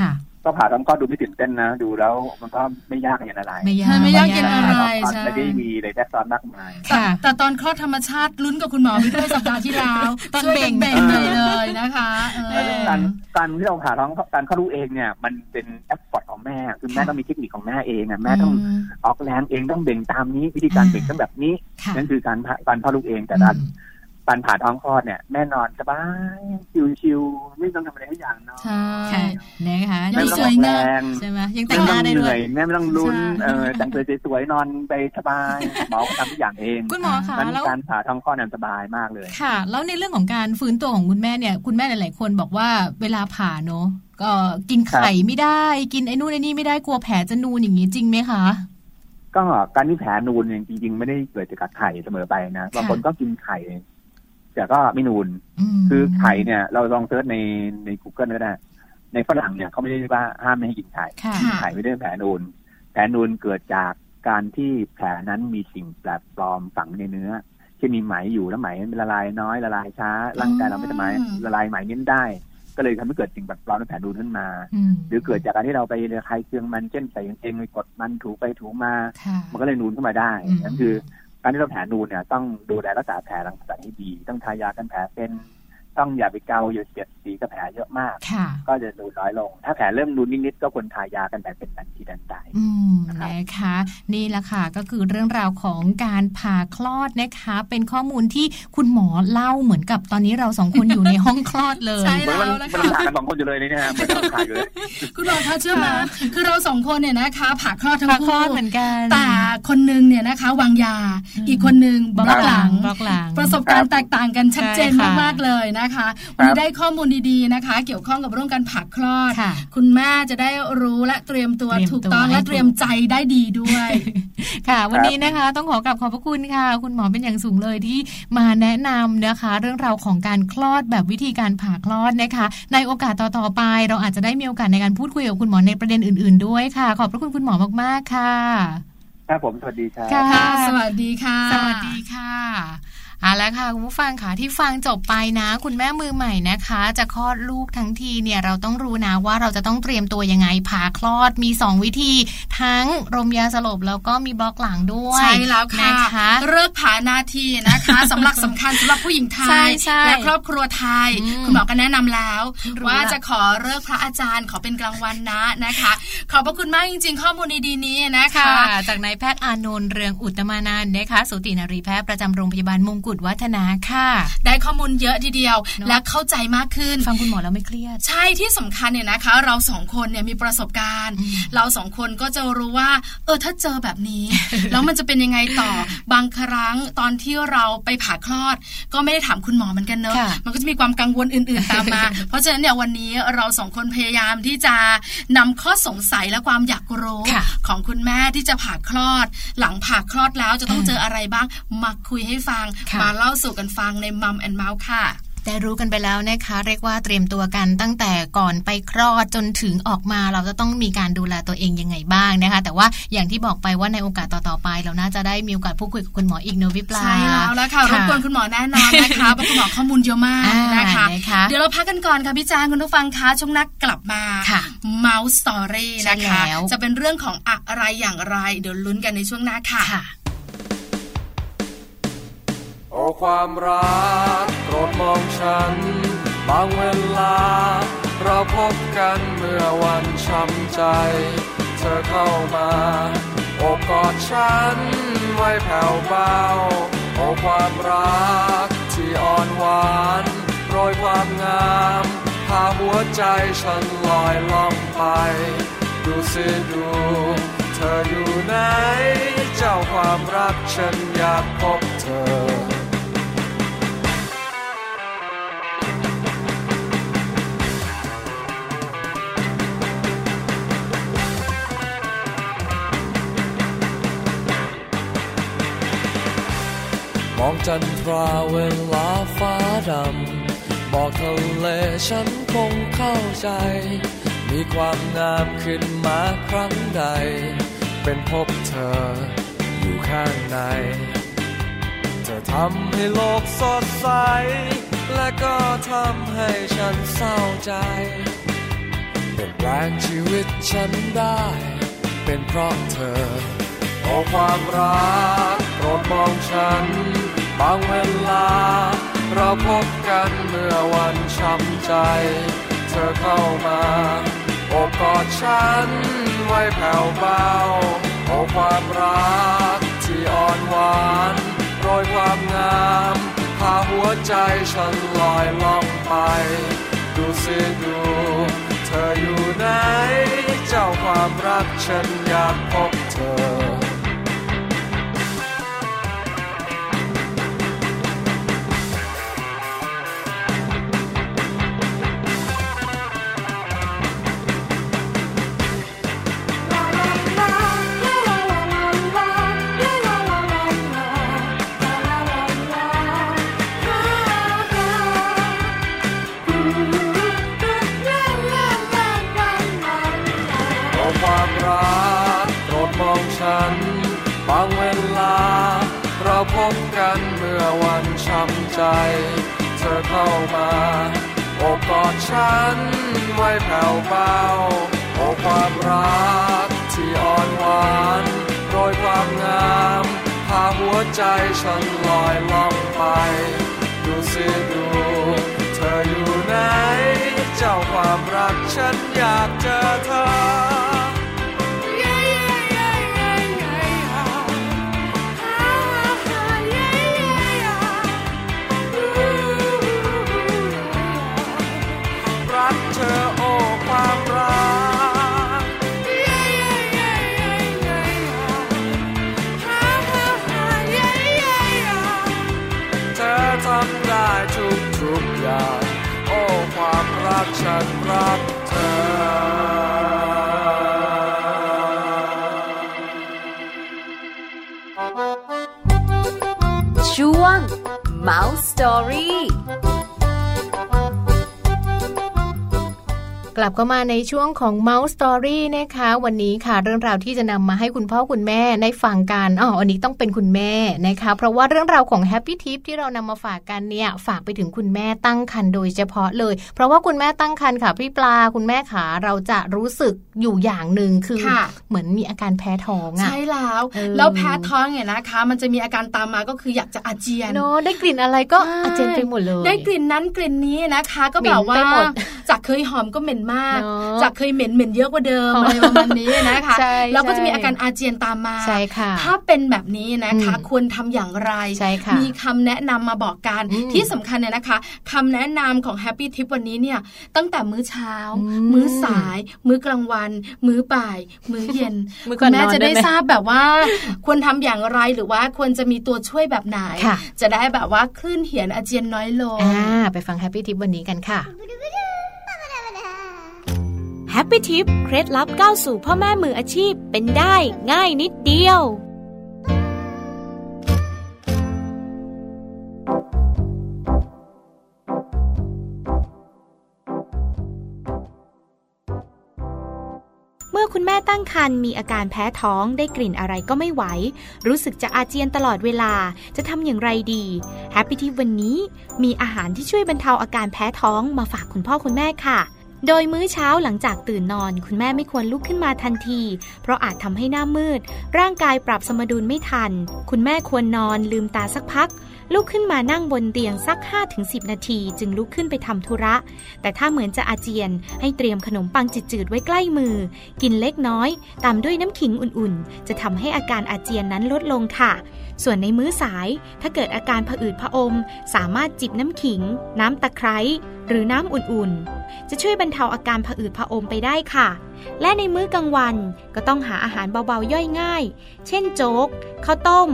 [SPEAKER 2] ค่ะ
[SPEAKER 8] ก็ผ่าท้องคลอดดูไม่ตื่นเต้นนะ ดูแล้วมันก็ไม่ยากอย่างอะไร
[SPEAKER 2] ไม่ยาก
[SPEAKER 3] ไม่ยากเย็นอะไร
[SPEAKER 8] ผ่าท้องคลอด
[SPEAKER 3] ใช่
[SPEAKER 8] ไม่ได้มีเลยแทรกซ้อนมากมาย
[SPEAKER 3] แต่
[SPEAKER 2] ค่ะ
[SPEAKER 3] แต่ตอนคลอดธรรมชาติลุ้นกับคุณหมอไปด้วยสัปดาห์ที่แล้ว
[SPEAKER 2] ตอน
[SPEAKER 3] ช่วยกั
[SPEAKER 2] เบ่
[SPEAKER 3] เบ่
[SPEAKER 2] ง
[SPEAKER 3] งหน่อยเลยนะคะเออ
[SPEAKER 2] เออ
[SPEAKER 8] การการที่เราผ่าท้องการเข้ารู้เองเนี่ย มันเป็นแอปพอร์ตของแม่คือแม่ต้องมีเทคนิคของแม่เองอ่ะแม่ต้องออกแรงเองต้องเบ่งตามนี้ วิธีการเบ่งต้องแบบนี้
[SPEAKER 2] ค่ะ
[SPEAKER 8] นั่นคือการผ่าการเข้ารู้เองแต่การการผ่าท้องคลอดเนี่ยแม่นอนสบายชิวๆไม่ต้องทำอะไรทุกอย่างเนอน
[SPEAKER 3] ใช่
[SPEAKER 2] ค่ะนะคะ
[SPEAKER 8] แม่
[SPEAKER 2] นี่
[SPEAKER 8] ไม่ต้
[SPEAKER 2] ส
[SPEAKER 8] อง
[SPEAKER 2] วย
[SPEAKER 8] ออก
[SPEAKER 2] งา
[SPEAKER 8] แร
[SPEAKER 2] ม
[SPEAKER 8] ง
[SPEAKER 2] ใช่ไหมยังแต่
[SPEAKER 8] ไม่
[SPEAKER 2] งห
[SPEAKER 8] ต้
[SPEAKER 2] น้า
[SPEAKER 8] อง
[SPEAKER 2] ได้
[SPEAKER 8] เห
[SPEAKER 2] ด้วย
[SPEAKER 8] นื่อยแม่ไม่ต้องลุ้น
[SPEAKER 2] ใช่
[SPEAKER 8] เออแต่งตัวสวยๆนอนไปสบายหมอทำทุกอย่างเอง
[SPEAKER 2] คุณหมอคะ
[SPEAKER 8] นั้น
[SPEAKER 2] แล้ว
[SPEAKER 8] การผ่าท้องคลอดเนี่ยสบายมากเลย
[SPEAKER 2] ค่ะ แล้วในเรื่องของการฟื้นตัวของคุณแม่เนี่ย คุณแม่หลาย ๆ คนบอกว่าเวลาผ่าเนอะก็กินไข่ไม่ได้ กินไอ้นู่นไอ้นี่ไม่ได้กลัวแผลจะนูนอย่างนี้จริงไหมคะ
[SPEAKER 8] ก็การที่แผลนูนเนี่ยจริงๆไม่ได้เกิดจากไข่เสมอไปนะบางคนก็กินไข่แต่ก็ไม่นูน
[SPEAKER 2] ม
[SPEAKER 8] คือไข่เนี่ยเราลองเซิร์ชในใน Google ก็ได้ ในฝรั่งเนี่ยเขาไม่ได้ว่าห้ามไม่ให้กินไข่
[SPEAKER 2] ค่ะ
[SPEAKER 3] ค่ะ
[SPEAKER 8] ไข่ไม่ได้แผลนูนแผลนูนเกิดจากการที่แผลนั้นมีสิ่งแปลกปลอมฝังในเนื้อเช่นมีไหมอยู่แล้วไหมมันละลายน้อยละลายช้า ร่างกายเราไม่สามารถละลายไหมนี้ได้ ก็เลยทำให้เกิดสิ่งแปลกปลอมในแผลนูนขึ้นมา
[SPEAKER 2] อืม
[SPEAKER 8] หรือเกิดจากการที่เราไประคายเคืองมันเช่นใส่กางเกงไปกดมันถูไปถูมา
[SPEAKER 2] ค่ะ
[SPEAKER 8] มันก็เลยนูนขึ้นมาได้
[SPEAKER 2] อืม
[SPEAKER 8] นั่นคือ การที่เราแผลนูนเนี่ยต้องดูแลรักษาแผลรักษาให้ดี ต้องทายากันแผลเป็น ต้องอย่าไปเกาอย่าเสียดสีกับแผลเยอะมาก
[SPEAKER 2] ค่ะ
[SPEAKER 8] ก็จะนูนน้อยลง ถ้าแผลเริ่มนูนนิดๆก็ควรทายากันแผลเป็นทันทีทันใด
[SPEAKER 2] อืม
[SPEAKER 8] นะครับ
[SPEAKER 2] นะคะนี่แหละค่ะก็คือเรื่องราวของการผ่าคลอดนะคะ เป็นข้อมูลที่คุณหมอเล่าเหมือนกับตอนนี้เราสองคนอยู่ในห้องคลอดเลย
[SPEAKER 3] ใช่
[SPEAKER 8] เหมือนมัน
[SPEAKER 3] แล้วนะคะ
[SPEAKER 8] มันผ่ากันสองคนอยู่เลยนี่นะฮะมันต้องผ่าอยู่เลย
[SPEAKER 3] คุณหมอคะเชื่อไหมาคือเราสองคนเนี่ยนะคะผ่าคลอดทั้ง
[SPEAKER 2] ผ่าคล
[SPEAKER 3] คู่
[SPEAKER 2] อดเหมือนกัน
[SPEAKER 3] แต่คนหนึงเนี่ยนะคะ วางยา อีกคนหนึงบล็อกหลัง
[SPEAKER 2] บล็อกหลัง
[SPEAKER 3] ประสบการณ์แตกต่างกันชัดเจน
[SPEAKER 2] ใช่ค่ะ
[SPEAKER 3] มาก ๆ เลยนะคะวันนี้ได้ข้อมูลดีๆนะคะ เกี่ยวข้องกับเรื่องการผ่าคลอด
[SPEAKER 2] ค่ะ
[SPEAKER 3] คุณแม่จะได้รู้และเตรียมตัว
[SPEAKER 2] เตรียมตัว
[SPEAKER 3] ถูกต้อง
[SPEAKER 2] ให้
[SPEAKER 3] และเตรียมใจได้ดีด้วย
[SPEAKER 2] ค่ะ วันนี้นะคะต้องขอกลับขอบพระคุณค่ะ คุณหมอเป็นอย่างสูงเลยที่มาแนะนำนะคะ เรื่องราวของการคลอดแบบวิธีการผ่าคลอดนะคะ ในโอกาสต่อๆไป เราอาจจะได้มีโอกาสในการพูดคุยกับคุณหมอในประเด็นอื่น ๆ ด้วยค่ะ ขอบพระคุณคุณหมอมากๆค่ะ
[SPEAKER 8] ครับผม สวัสดีครับ
[SPEAKER 2] ค่ะ
[SPEAKER 3] สวัสดีค่ะ
[SPEAKER 2] สวัสดีค่ะเอาละค่ะคุณผู้ฟังค่ะที่ฟังจบไปนะ คุณแม่มือใหม่นะคะ จะคลอดลูกทั้งทีเนี่ยเราต้องรู้นะว่าเราจะต้องเตรียมตัวยังไงผ่าคลอดมี 2 วิธี ทั้งรมยาสลบแล้วก็มีบล็อกหลังด้วย
[SPEAKER 3] ใช่แล้วค่ะ
[SPEAKER 2] นะคะ
[SPEAKER 3] เลิกผานาทีนะคะสำหรับสำคัญสำหรับผู้หญิงไท
[SPEAKER 2] ใช่
[SPEAKER 3] ย
[SPEAKER 2] ใช่
[SPEAKER 3] และครอบครัวไทย
[SPEAKER 2] อืม
[SPEAKER 3] คุณหมอก็แนะนำแล้ว
[SPEAKER 2] รู้
[SPEAKER 3] ว่า
[SPEAKER 2] ละ
[SPEAKER 3] จะขอเลิกพระอาจารย์ขอเป็นกลางวันนะนะคะ ขอบพระคุณมากจริง ๆ ข้อมูลดีๆนี้นะ
[SPEAKER 2] ค่ะ
[SPEAKER 3] คะ
[SPEAKER 2] จากนายแพทย์อานนท์เรืองอุตตมานานท์นะคะสูตินรีแพทย์ประจำโรงพยาบาลมงกุฎวัฒนาค่ะ
[SPEAKER 3] ได้ข้อมูลเยอะทีเดียว
[SPEAKER 2] เนอะ
[SPEAKER 3] และเข้าใจมากขึ้น
[SPEAKER 2] ฟังคุณหมอแล้วไม่เครียด
[SPEAKER 3] ใช่ที่สำคัญเนี่ยนะคะ เราสองคนเนี่ยมีประสบการณ์
[SPEAKER 2] อืม
[SPEAKER 3] เราสองคนก็จะรู้ว่า เออถ้าเจอแบบ นี้ แล้วมันจะเป็นยังไงต่อบางครั้งตอนที่เราไปผ่าคลอด ก็ไม่ได้ถามคุณหมอเหมือนกันเนอะ
[SPEAKER 2] ค่ะ
[SPEAKER 3] มันก็จะมีความกังวลอื่นๆ ตามมา เพราะฉะนั้นเนี่ยวันนี้เราสองคนพยายามที่จะนำข้อสงสัยและความอยากรู้
[SPEAKER 2] ค่ะ
[SPEAKER 3] ของคุณแม่ที่จะผ่าคลอด หลังผ่าคลอดแล้วจะต้องเจออะไรบ้างมาคุยให้ฟัง
[SPEAKER 2] ค่ะ
[SPEAKER 3] มาเล่าสู่กันฟังในมัมแอนเมาส์ค่ะ
[SPEAKER 2] ได้รู้กันไปแล้วนะคะ เรียกว่าเตรียมตัวกันตั้งแต่ก่อนไปคลอดจนถึงออกมา เราจะต้องมีการดูแลตัวเองยังไงบ้างนะคะ แต่ว่าอย่างที่บอกไปว่าในโอกาสต่อๆไป เราน่าจะได้มีโอกาสพูดคุยกับคุณหมออีกเนอะวิปลา
[SPEAKER 3] ใช่แล้วแล้วค่ะรบกวนคุณหมอแน่นอน นะคะ เพราะคุณหมอข้อมูลเยอะมาก
[SPEAKER 2] อ่าน
[SPEAKER 3] นะคะ
[SPEAKER 2] นะคะ
[SPEAKER 3] เดี๋ยวเราพักกันก่อนค่ะพี่จางคุณผู้ฟังคะช่วงหนักกลับมา
[SPEAKER 2] ค่ะ
[SPEAKER 3] เมาส์สตอรี่นะ
[SPEAKER 2] ใช่
[SPEAKER 3] คะ
[SPEAKER 2] แล้ว
[SPEAKER 3] จะเป็นเรื่องของอะไรอย่างไร เดี๋ยวลุ้นกันในช่วงหน้าค่ะ
[SPEAKER 2] ค่ะ
[SPEAKER 9] โอ้ความรักโปรดมองฉัน บางเวลา เราพบกันเมื่อวันช้ำใจ เธอเข้ามาโอบกอดฉันไม่แผ่วเบาโอ้ความรักที่อ่อนหวานโปรยความงามพาหัวใจฉันลอยล่องไป ดูสิดู เธออยู่ไหน เจ้าความรักฉันอยากพบเธอ มองจันทราเวลาฟ้าดำ บอกทะเลฉันคงเข้าใจ มี มีความงามขึ้นมาครั้งใด เป็นพบเธออยู่ข้างใน เธอทำให้โลกสดใส และก็ทำให้ฉันเศร้าใจ เป็นแรงชีวิตฉันได้ เป็นเพราะเธอโอความรักโปรดมองฉัน บางเวลา เราพบกันเมื่อวันช้ำใจ เธอเข้ามาโอบกอดฉันไว้แผ่วเบาโอความรักที่อ่อนหวานโรยความงามพาหัวใจฉันลอยล่องไป ดูสิดู เธออยู่ไหน เจ้าความรักฉันอยากพบเธอ ขอความรักโปรดมองฉัน บางเวลา เราพบกันเมื่อวันช้ำใจ เธอเข้ามาโอบกอดฉันไว้แผ่วเบาโอความรักที่อ่อนหวานโรยความงามพาหัวใจฉันลอยล่องไป ดูสิดู เธออยู่ไหน เจ้าความรักฉันอยากเจอเธอ รักเธอโอ้ความรัก เธอทำได้ทุกทุกๆอย่าง โอ้ความรักฉันรักเธอ
[SPEAKER 6] ช่วง Mouse Story
[SPEAKER 2] กลับเข้ามาในช่วงของ Mouse Story นะคะ วันนี้ค่ะเรื่องราวที่จะนำมาให้คุณพ่อคุณแม่ได้ฟังกันอ๋ออันนี้ต้องเป็นคุณแม่นะคะ เพราะว่าเรื่องราวของ Happy Tip ที่เรานำมาฝากกันเนี่ย ฝากไปถึงคุณแม่ตั้งครรภ์โดยเฉพาะเลย เพราะว่าคุณแม่ตั้งครรภ์ค่ะพี่ปลาคุณแม่ขาเราจะรู้สึกอยู่อย่างหนึ่งคือ
[SPEAKER 3] ค่ะ
[SPEAKER 2] เหมือนมีอาการแพ้ท้องอะ
[SPEAKER 3] ใช่แล้ว
[SPEAKER 2] เออ
[SPEAKER 3] แล้วแพ้ท้องเนี่ยนะคะ มันจะมีอาการตามมาก็คืออยากจะอาเจียน
[SPEAKER 2] เนอะได้กลิ่นอะไรก็
[SPEAKER 3] ใช่
[SPEAKER 2] อาเจียนไปหมดเลย
[SPEAKER 3] ได้กลิ่นนั้นกลิ่นนี้นะคะ ก็
[SPEAKER 2] เหม็
[SPEAKER 3] แบ
[SPEAKER 2] น
[SPEAKER 3] บว่า
[SPEAKER 2] ไปหมด
[SPEAKER 3] จากเคยหอมก็เหม็นมาก
[SPEAKER 2] เนอะ
[SPEAKER 3] จากเคยเหม็นเหม็นเยอะกว่าเดิม
[SPEAKER 2] อ๋ออ
[SPEAKER 3] อะไรประมาณนี้นะคะ
[SPEAKER 2] ใช่
[SPEAKER 3] แล้วก็จะมี
[SPEAKER 2] ใช่
[SPEAKER 3] อาการอาเจียนตามมา
[SPEAKER 2] ใช่ค่ะ
[SPEAKER 3] ถ้าเป็นแบบนี้นะคะ
[SPEAKER 2] อืม
[SPEAKER 3] ควรทำอย่างไร
[SPEAKER 2] ใช่ค่ะ
[SPEAKER 3] มีคำแนะนำมาบอกกัน
[SPEAKER 2] อืม
[SPEAKER 3] ที่สำคัญเนี่ยนะคะคำแนะนำของ Happy Tip วันนี้เนี่ยตั้งแต่มื้อเช้า
[SPEAKER 2] อืม
[SPEAKER 3] มื้อสาย มื้อกลางวัน มื้อบ่าย มื้อเย็น
[SPEAKER 2] มื้อก่
[SPEAKER 3] คุ
[SPEAKER 2] อน
[SPEAKER 3] ณแม่
[SPEAKER 2] นอน
[SPEAKER 3] จะ
[SPEAKER 2] ด้
[SPEAKER 3] ได้
[SPEAKER 2] วยไหม
[SPEAKER 3] ทราบแบบว่า ควรทำอย่างไรหรือว่าควรจะมีตัวช่วยแบบไหน
[SPEAKER 2] ค่ะ
[SPEAKER 3] จะได้แบบว่าคลื่นเหียนอาเจียนน้อยลง
[SPEAKER 2] อ่าไปฟัง Happy Tip วันนี้กันค่ะ
[SPEAKER 10] แฮปปี้ทิปเคล็ดลับก้าวสู่พ่อแม่มืออาชีพเป็นได้ง่ายนิดเดียว เมื่อคุณแม่ตั้งครรภ์มีอาการแพ้ท้องได้กลิ่นอะไรก็ไม่ไหว รู้สึกจะอาเจียนตลอดเวลาจะทำอย่างไรดีแฮปปี้ทิปวันนี้ มีอาหารที่ช่วยบรรเทาอาการแพ้ท้องมาฝากคุณพ่อคุณแม่ค่ะ โดยมื้อเช้าหลังจากตื่นนอน คุณแม่ไม่ควรลุกขึ้นมาทันที เพราะอาจทำให้หน้ามืด ร่างกายปรับสมดุลไม่ทัน คุณแม่ควรนอนลืมตาสักพัก ลุกขึ้นมานั่งบนเตียงสัก 5-10 นาที จึงลุกขึ้นไปทำธุระ แต่ถ้าเหมือนจะอาเจียน ให้เตรียมขนมปังจืดๆไว้ใกล้มือ กินเล็กน้อย ตามด้วยน้ำขิงอุ่นๆ จะทำให้อาการอาเจียนนั้นลดลงค่ะ ส่วนในมื้อสาย ถ้าเกิดอาการผะอืดผะอม สามารถจิบน้ำขิง น้ำตะไคร้หรือน้ำอุ่นๆ จะช่วยบรรเทาอาการผะอืดผะอมไปได้ค่ะ และในมื้อกลางวันก็ต้องหาอาหารเบาๆย่อยง่าย เช่นโจ๊ก ข้าวต้ม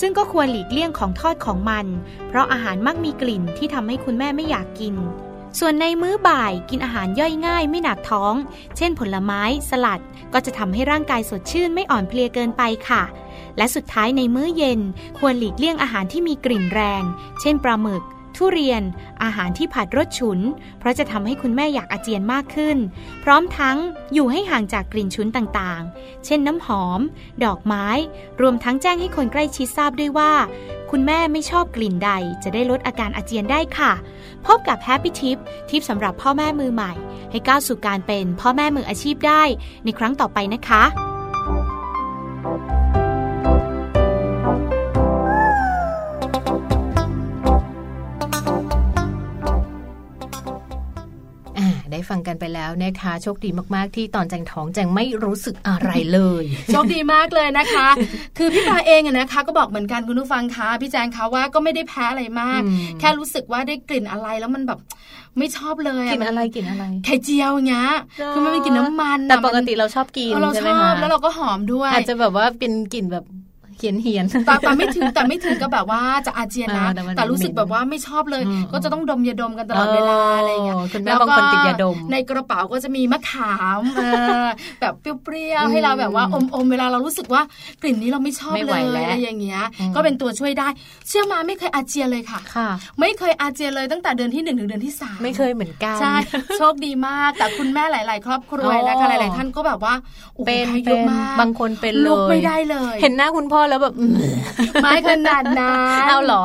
[SPEAKER 10] ซึ่งก็ควรหลีกเลี่ยงของทอดของมัน เพราะอาหารมักมีกลิ่นที่ทำให้คุณแม่ไม่อยากกิน ส่วนในมื้อบ่ายกินอาหารย่อยง่ายไม่หนักท้อง เช่นผลไม้ สลัด ก็จะทำให้ร่างกายสดชื่นไม่อ่อนเพลียเกินไปค่ะ และสุดท้ายในมื้อเย็น ควรหลีกเลี่ยงอาหารที่มีกลิ่นแรง เช่นปลาหมึก ทุเรียน อาหารที่ผัดรสฉุน เพราะจะทำให้คุณแม่อยากอาเจียนมากขึ้น พร้อมทั้งอยู่ให้ห่างจากกลิ่นฉุนต่างๆ เช่นน้ำหอม ดอกไม้ รวมทั้งแจ้งให้คนใกล้ชิดทราบด้วยว่า คุณแม่ไม่ชอบกลิ่นใด จะได้ลดอาการอาเจียนได้ค่ะ พบกับ Happy Tip ทิปสำหรับพ่อแม่มือใหม่ ให้ก้าวสู่การเป็นพ่อแม่มืออาชีพได้ ในครั้งต่อไปนะคะ
[SPEAKER 2] อ่าได้ฟังกันไปแล้วนะคะ โชคดีมากๆที่ตอนแจงท้องแจงไม่รู้สึกอะไรเลย
[SPEAKER 3] โชคดีมากเลยนะคะ คือพี่ปลาเองอะนะคะ ก็บอกเหมือนกันคุณผู้ฟังคะพี่แจงคะว่าก็ไม่ได้แพ้อะไรมาก
[SPEAKER 2] อืม
[SPEAKER 3] แค่รู้สึกว่าได้กลิ่นอะไรแล้วมันแบบไม่ชอบเลย
[SPEAKER 2] กิน
[SPEAKER 3] อะ
[SPEAKER 2] อะไรกินอะไร
[SPEAKER 3] ไข่เจียวอย่างเงี้ยคือมันเป็นกลิ่นน้ำมันอะ
[SPEAKER 2] แต่ปกติเราชอบกิน
[SPEAKER 3] เออเรา
[SPEAKER 2] ใช่
[SPEAKER 3] ช
[SPEAKER 2] ไหม
[SPEAKER 3] อบ
[SPEAKER 2] คะ
[SPEAKER 3] แล้วเราก็หอมด้วย
[SPEAKER 2] อาจจะแบบว่าเป็นกลิ่นแบบเหียนเหียน
[SPEAKER 3] แต่แต่ไม่ถึงแต่ไม่ถึงก็แบบว่าจะอาเจียนนะ
[SPEAKER 2] อ่าแต่มัน
[SPEAKER 3] แต่รู้สึกแบบว่าไม่ชอบเลย
[SPEAKER 2] อืม
[SPEAKER 3] ก็จะต้องดมยาดมกันตลอดเวลา
[SPEAKER 2] เอออ
[SPEAKER 3] อะไรอย่างเงี้ย
[SPEAKER 2] คุณแม่
[SPEAKER 3] ล้วก็
[SPEAKER 2] บางคนติดยาดม
[SPEAKER 3] ในกระเป๋าก็จะมีมะขาม เออแบบเปรี้ยว
[SPEAKER 2] อื
[SPEAKER 3] ๆ
[SPEAKER 2] ม
[SPEAKER 3] ให้เราแบบว่าอมๆเวลาเรารู้สึกว่ากลิ่นนี้เราไม่ชอบ
[SPEAKER 2] ไม่
[SPEAKER 3] เล
[SPEAKER 2] ไหวย แล้ว
[SPEAKER 3] อะไรอย่างเงี้ย
[SPEAKER 2] อืม
[SPEAKER 3] ก็เป็นตัวช่วยได้ เชื่อมาไม่เคยอาเจียนเลยค่ะ
[SPEAKER 2] ค่ะ
[SPEAKER 3] ไม่เคยอาเจียนเลยตั้งแต่เดือนที่หนึ่งถึงเดือนที่สาม
[SPEAKER 2] ไม่เคยเหมือนกัน
[SPEAKER 3] ใช่ โชคดีมากแต่คุณแม่หลาย ๆ ครอบครัว
[SPEAKER 2] อ๋อ
[SPEAKER 3] นะคะหลาย ๆ ท่านก็แบบว่าโอ้โห
[SPEAKER 2] เป็น
[SPEAKER 3] แพ้เย
[SPEAKER 2] เป็
[SPEAKER 3] อะ
[SPEAKER 2] น
[SPEAKER 3] มาก
[SPEAKER 2] บางคนเป็นเล
[SPEAKER 3] ลุก
[SPEAKER 2] ย
[SPEAKER 3] ไม่ได้เลย
[SPEAKER 2] เห็นหน้าคุณพ่อแล้วแบบอืม
[SPEAKER 3] ไม่ขนาดนั้น
[SPEAKER 2] เอาเหรอ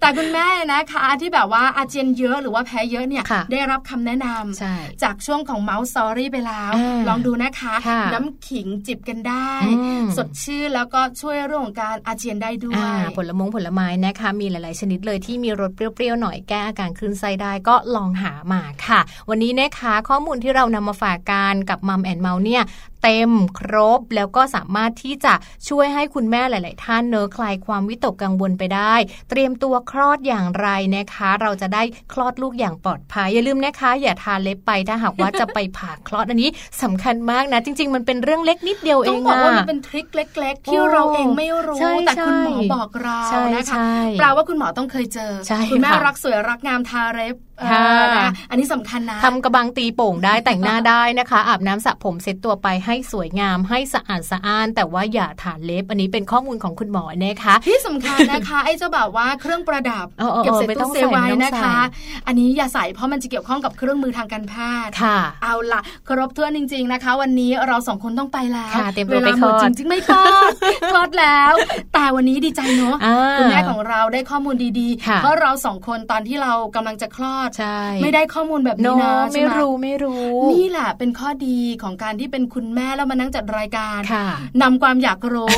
[SPEAKER 3] แต่คุณแม่นะคะที่แบบว่าอาเจียนเยอะหรือว่าแพ้เยอะเนี่ย
[SPEAKER 2] ค่ะ
[SPEAKER 3] ได้รับคำแนะนำ
[SPEAKER 2] ใช่
[SPEAKER 3] จากช่วงของเมาส์ซอรี่ไปแล้ว
[SPEAKER 2] อ่า
[SPEAKER 3] ลองดูนะคะ
[SPEAKER 2] ค่ะ
[SPEAKER 3] น้ำขิงจิบกันได้
[SPEAKER 2] อืม
[SPEAKER 3] สดชื่นแล้วก็ช่วยเรื่องของการอาเจียนได้ด้ว
[SPEAKER 2] อ่าย ผลมงผลไม้นะคะ มีหลาย ๆ ชนิดเลยที่มีรสเปรี้ยว ๆ หน่อยแก้อาการคลื่นไส้ได้ก็ลองหามาค่ะ วันนี้นะคะข้อมูลที่เรานำมาฝากกันกับมัมแอนเมาเนี่ย เต็มครบแล้วก็สามารถที่จะช่วยให้คุณแม่หลาย ๆ ท่านเนอะคลายความวิตกกังวลไปได้ เตรียมตัวคลอดอย่างไรนะคะ เราจะได้คลอดลูกอย่างปลอดภัย อย่าลืมนะคะ อย่าทาเล็บไปถ้าหากว่าจะไปผ่าคลอดอันนี้สำคัญมากนะ จริง ๆ มันเป็นเรื่องเล็กนิดเดียวเอ
[SPEAKER 3] ต้อง
[SPEAKER 2] ง
[SPEAKER 3] บอกว่า
[SPEAKER 2] ะ
[SPEAKER 3] มันเป็นทริคเล็ก ๆ ที่เราเองไม่รู้
[SPEAKER 2] ใช่
[SPEAKER 3] แต่คุณหมอ
[SPEAKER 2] ใช่
[SPEAKER 3] บอกเรา
[SPEAKER 2] ใช่
[SPEAKER 3] นะคะ
[SPEAKER 2] ใช่
[SPEAKER 3] แปลว่าคุณหมอต้องเคยเจอ
[SPEAKER 2] ใช่
[SPEAKER 3] คุณแม่
[SPEAKER 2] ค่ะ
[SPEAKER 3] รักสวยรักงามทาเล็บเออ
[SPEAKER 2] ค่ะ
[SPEAKER 3] นะอันนี้สำคัญนะ
[SPEAKER 2] ทำกระบังตีโป่งได้แต่งหน้าได้นะคะ อาบน้ำสระผมเซ็ตตัวไปให้สวยงามให้สะอาดสะอ้าน แต่ว่าอย่าทาเล็บ อันนี้เป็นข้อมูลของคุณหมอนะคะ
[SPEAKER 3] ที่สำคัญนะคะ ไอ้เจ้าแบบว่าเครื่องประดับ
[SPEAKER 2] เออเออเออ
[SPEAKER 3] เก็บเศษ
[SPEAKER 2] ไม่ต้อ
[SPEAKER 3] ตู้
[SPEAKER 2] ง
[SPEAKER 3] เซฟไว้
[SPEAKER 2] ใส่ไม่ต้อง
[SPEAKER 3] นะคะ
[SPEAKER 2] ใส่
[SPEAKER 3] อันนี้อย่าใส่เพราะมันจะเกี่ยวข้องกับเครื่องมือทางการแพทย์
[SPEAKER 2] ค่ะ
[SPEAKER 3] เอาละครบถ้วนจริง ๆนะคะ วันนี้เราสองคนต้องไปแล้ว
[SPEAKER 2] ค่ะเตรียมตั
[SPEAKER 3] เว
[SPEAKER 2] วไป
[SPEAKER 3] ลาหมด
[SPEAKER 2] คลอด
[SPEAKER 3] จริงๆไม่คลอด คลอดแล้ว แต่วันนี้ดีใจเนาะ
[SPEAKER 2] อ่า
[SPEAKER 3] คุณแม่ของเราได้ข้อมูลดี
[SPEAKER 2] ค่ะ
[SPEAKER 3] ๆเพราะเราสองคนตอนที่เรากำลังจะคลอด
[SPEAKER 2] ใช่
[SPEAKER 3] ไม่ได้ข้อมูลแบบ
[SPEAKER 2] โน
[SPEAKER 3] นี้นะใช่
[SPEAKER 2] ไม่
[SPEAKER 3] ไหม
[SPEAKER 2] รู้ไม่รู้
[SPEAKER 3] นี่แหละเป็นข้อดีของการที่เป็นคุณแม่แล้วมานั่งจัดรายการ
[SPEAKER 2] ค่ะ
[SPEAKER 3] นำความอยากรู้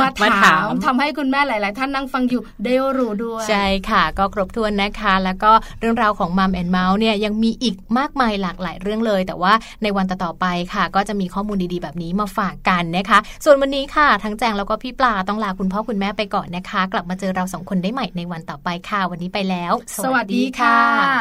[SPEAKER 3] มา
[SPEAKER 2] มา
[SPEAKER 3] ถา
[SPEAKER 2] ถาม
[SPEAKER 3] มทำให้คุณแม่หลาย ๆ ท่านนั่งฟังอยู่ได้รู้ด้วย
[SPEAKER 2] ใช่ค่ะ ก็ครบถ้วนนะคะ แล้วก็เรื่องราวของมัมแอนเมาส์เนี่ยยังมีอีกมากมายหลากหลายเรื่องเลย แต่ว่าในวันต่อๆไปค่ะ ก็จะมีข้อมูลดีๆ แบบนี้มาฝากกันนะคะ ส่วนวันนี้ค่ะ ทั้งแจงแล้วก็พี่ปลาต้องลาคุณพ่อคุณแม่ไปก่อนนะคะ กลับมาเจอเราสองคนได้ใหม่ในวันต่อไปค่ะ วันนี้ไปแล้ว
[SPEAKER 3] สวัสดีค่ะ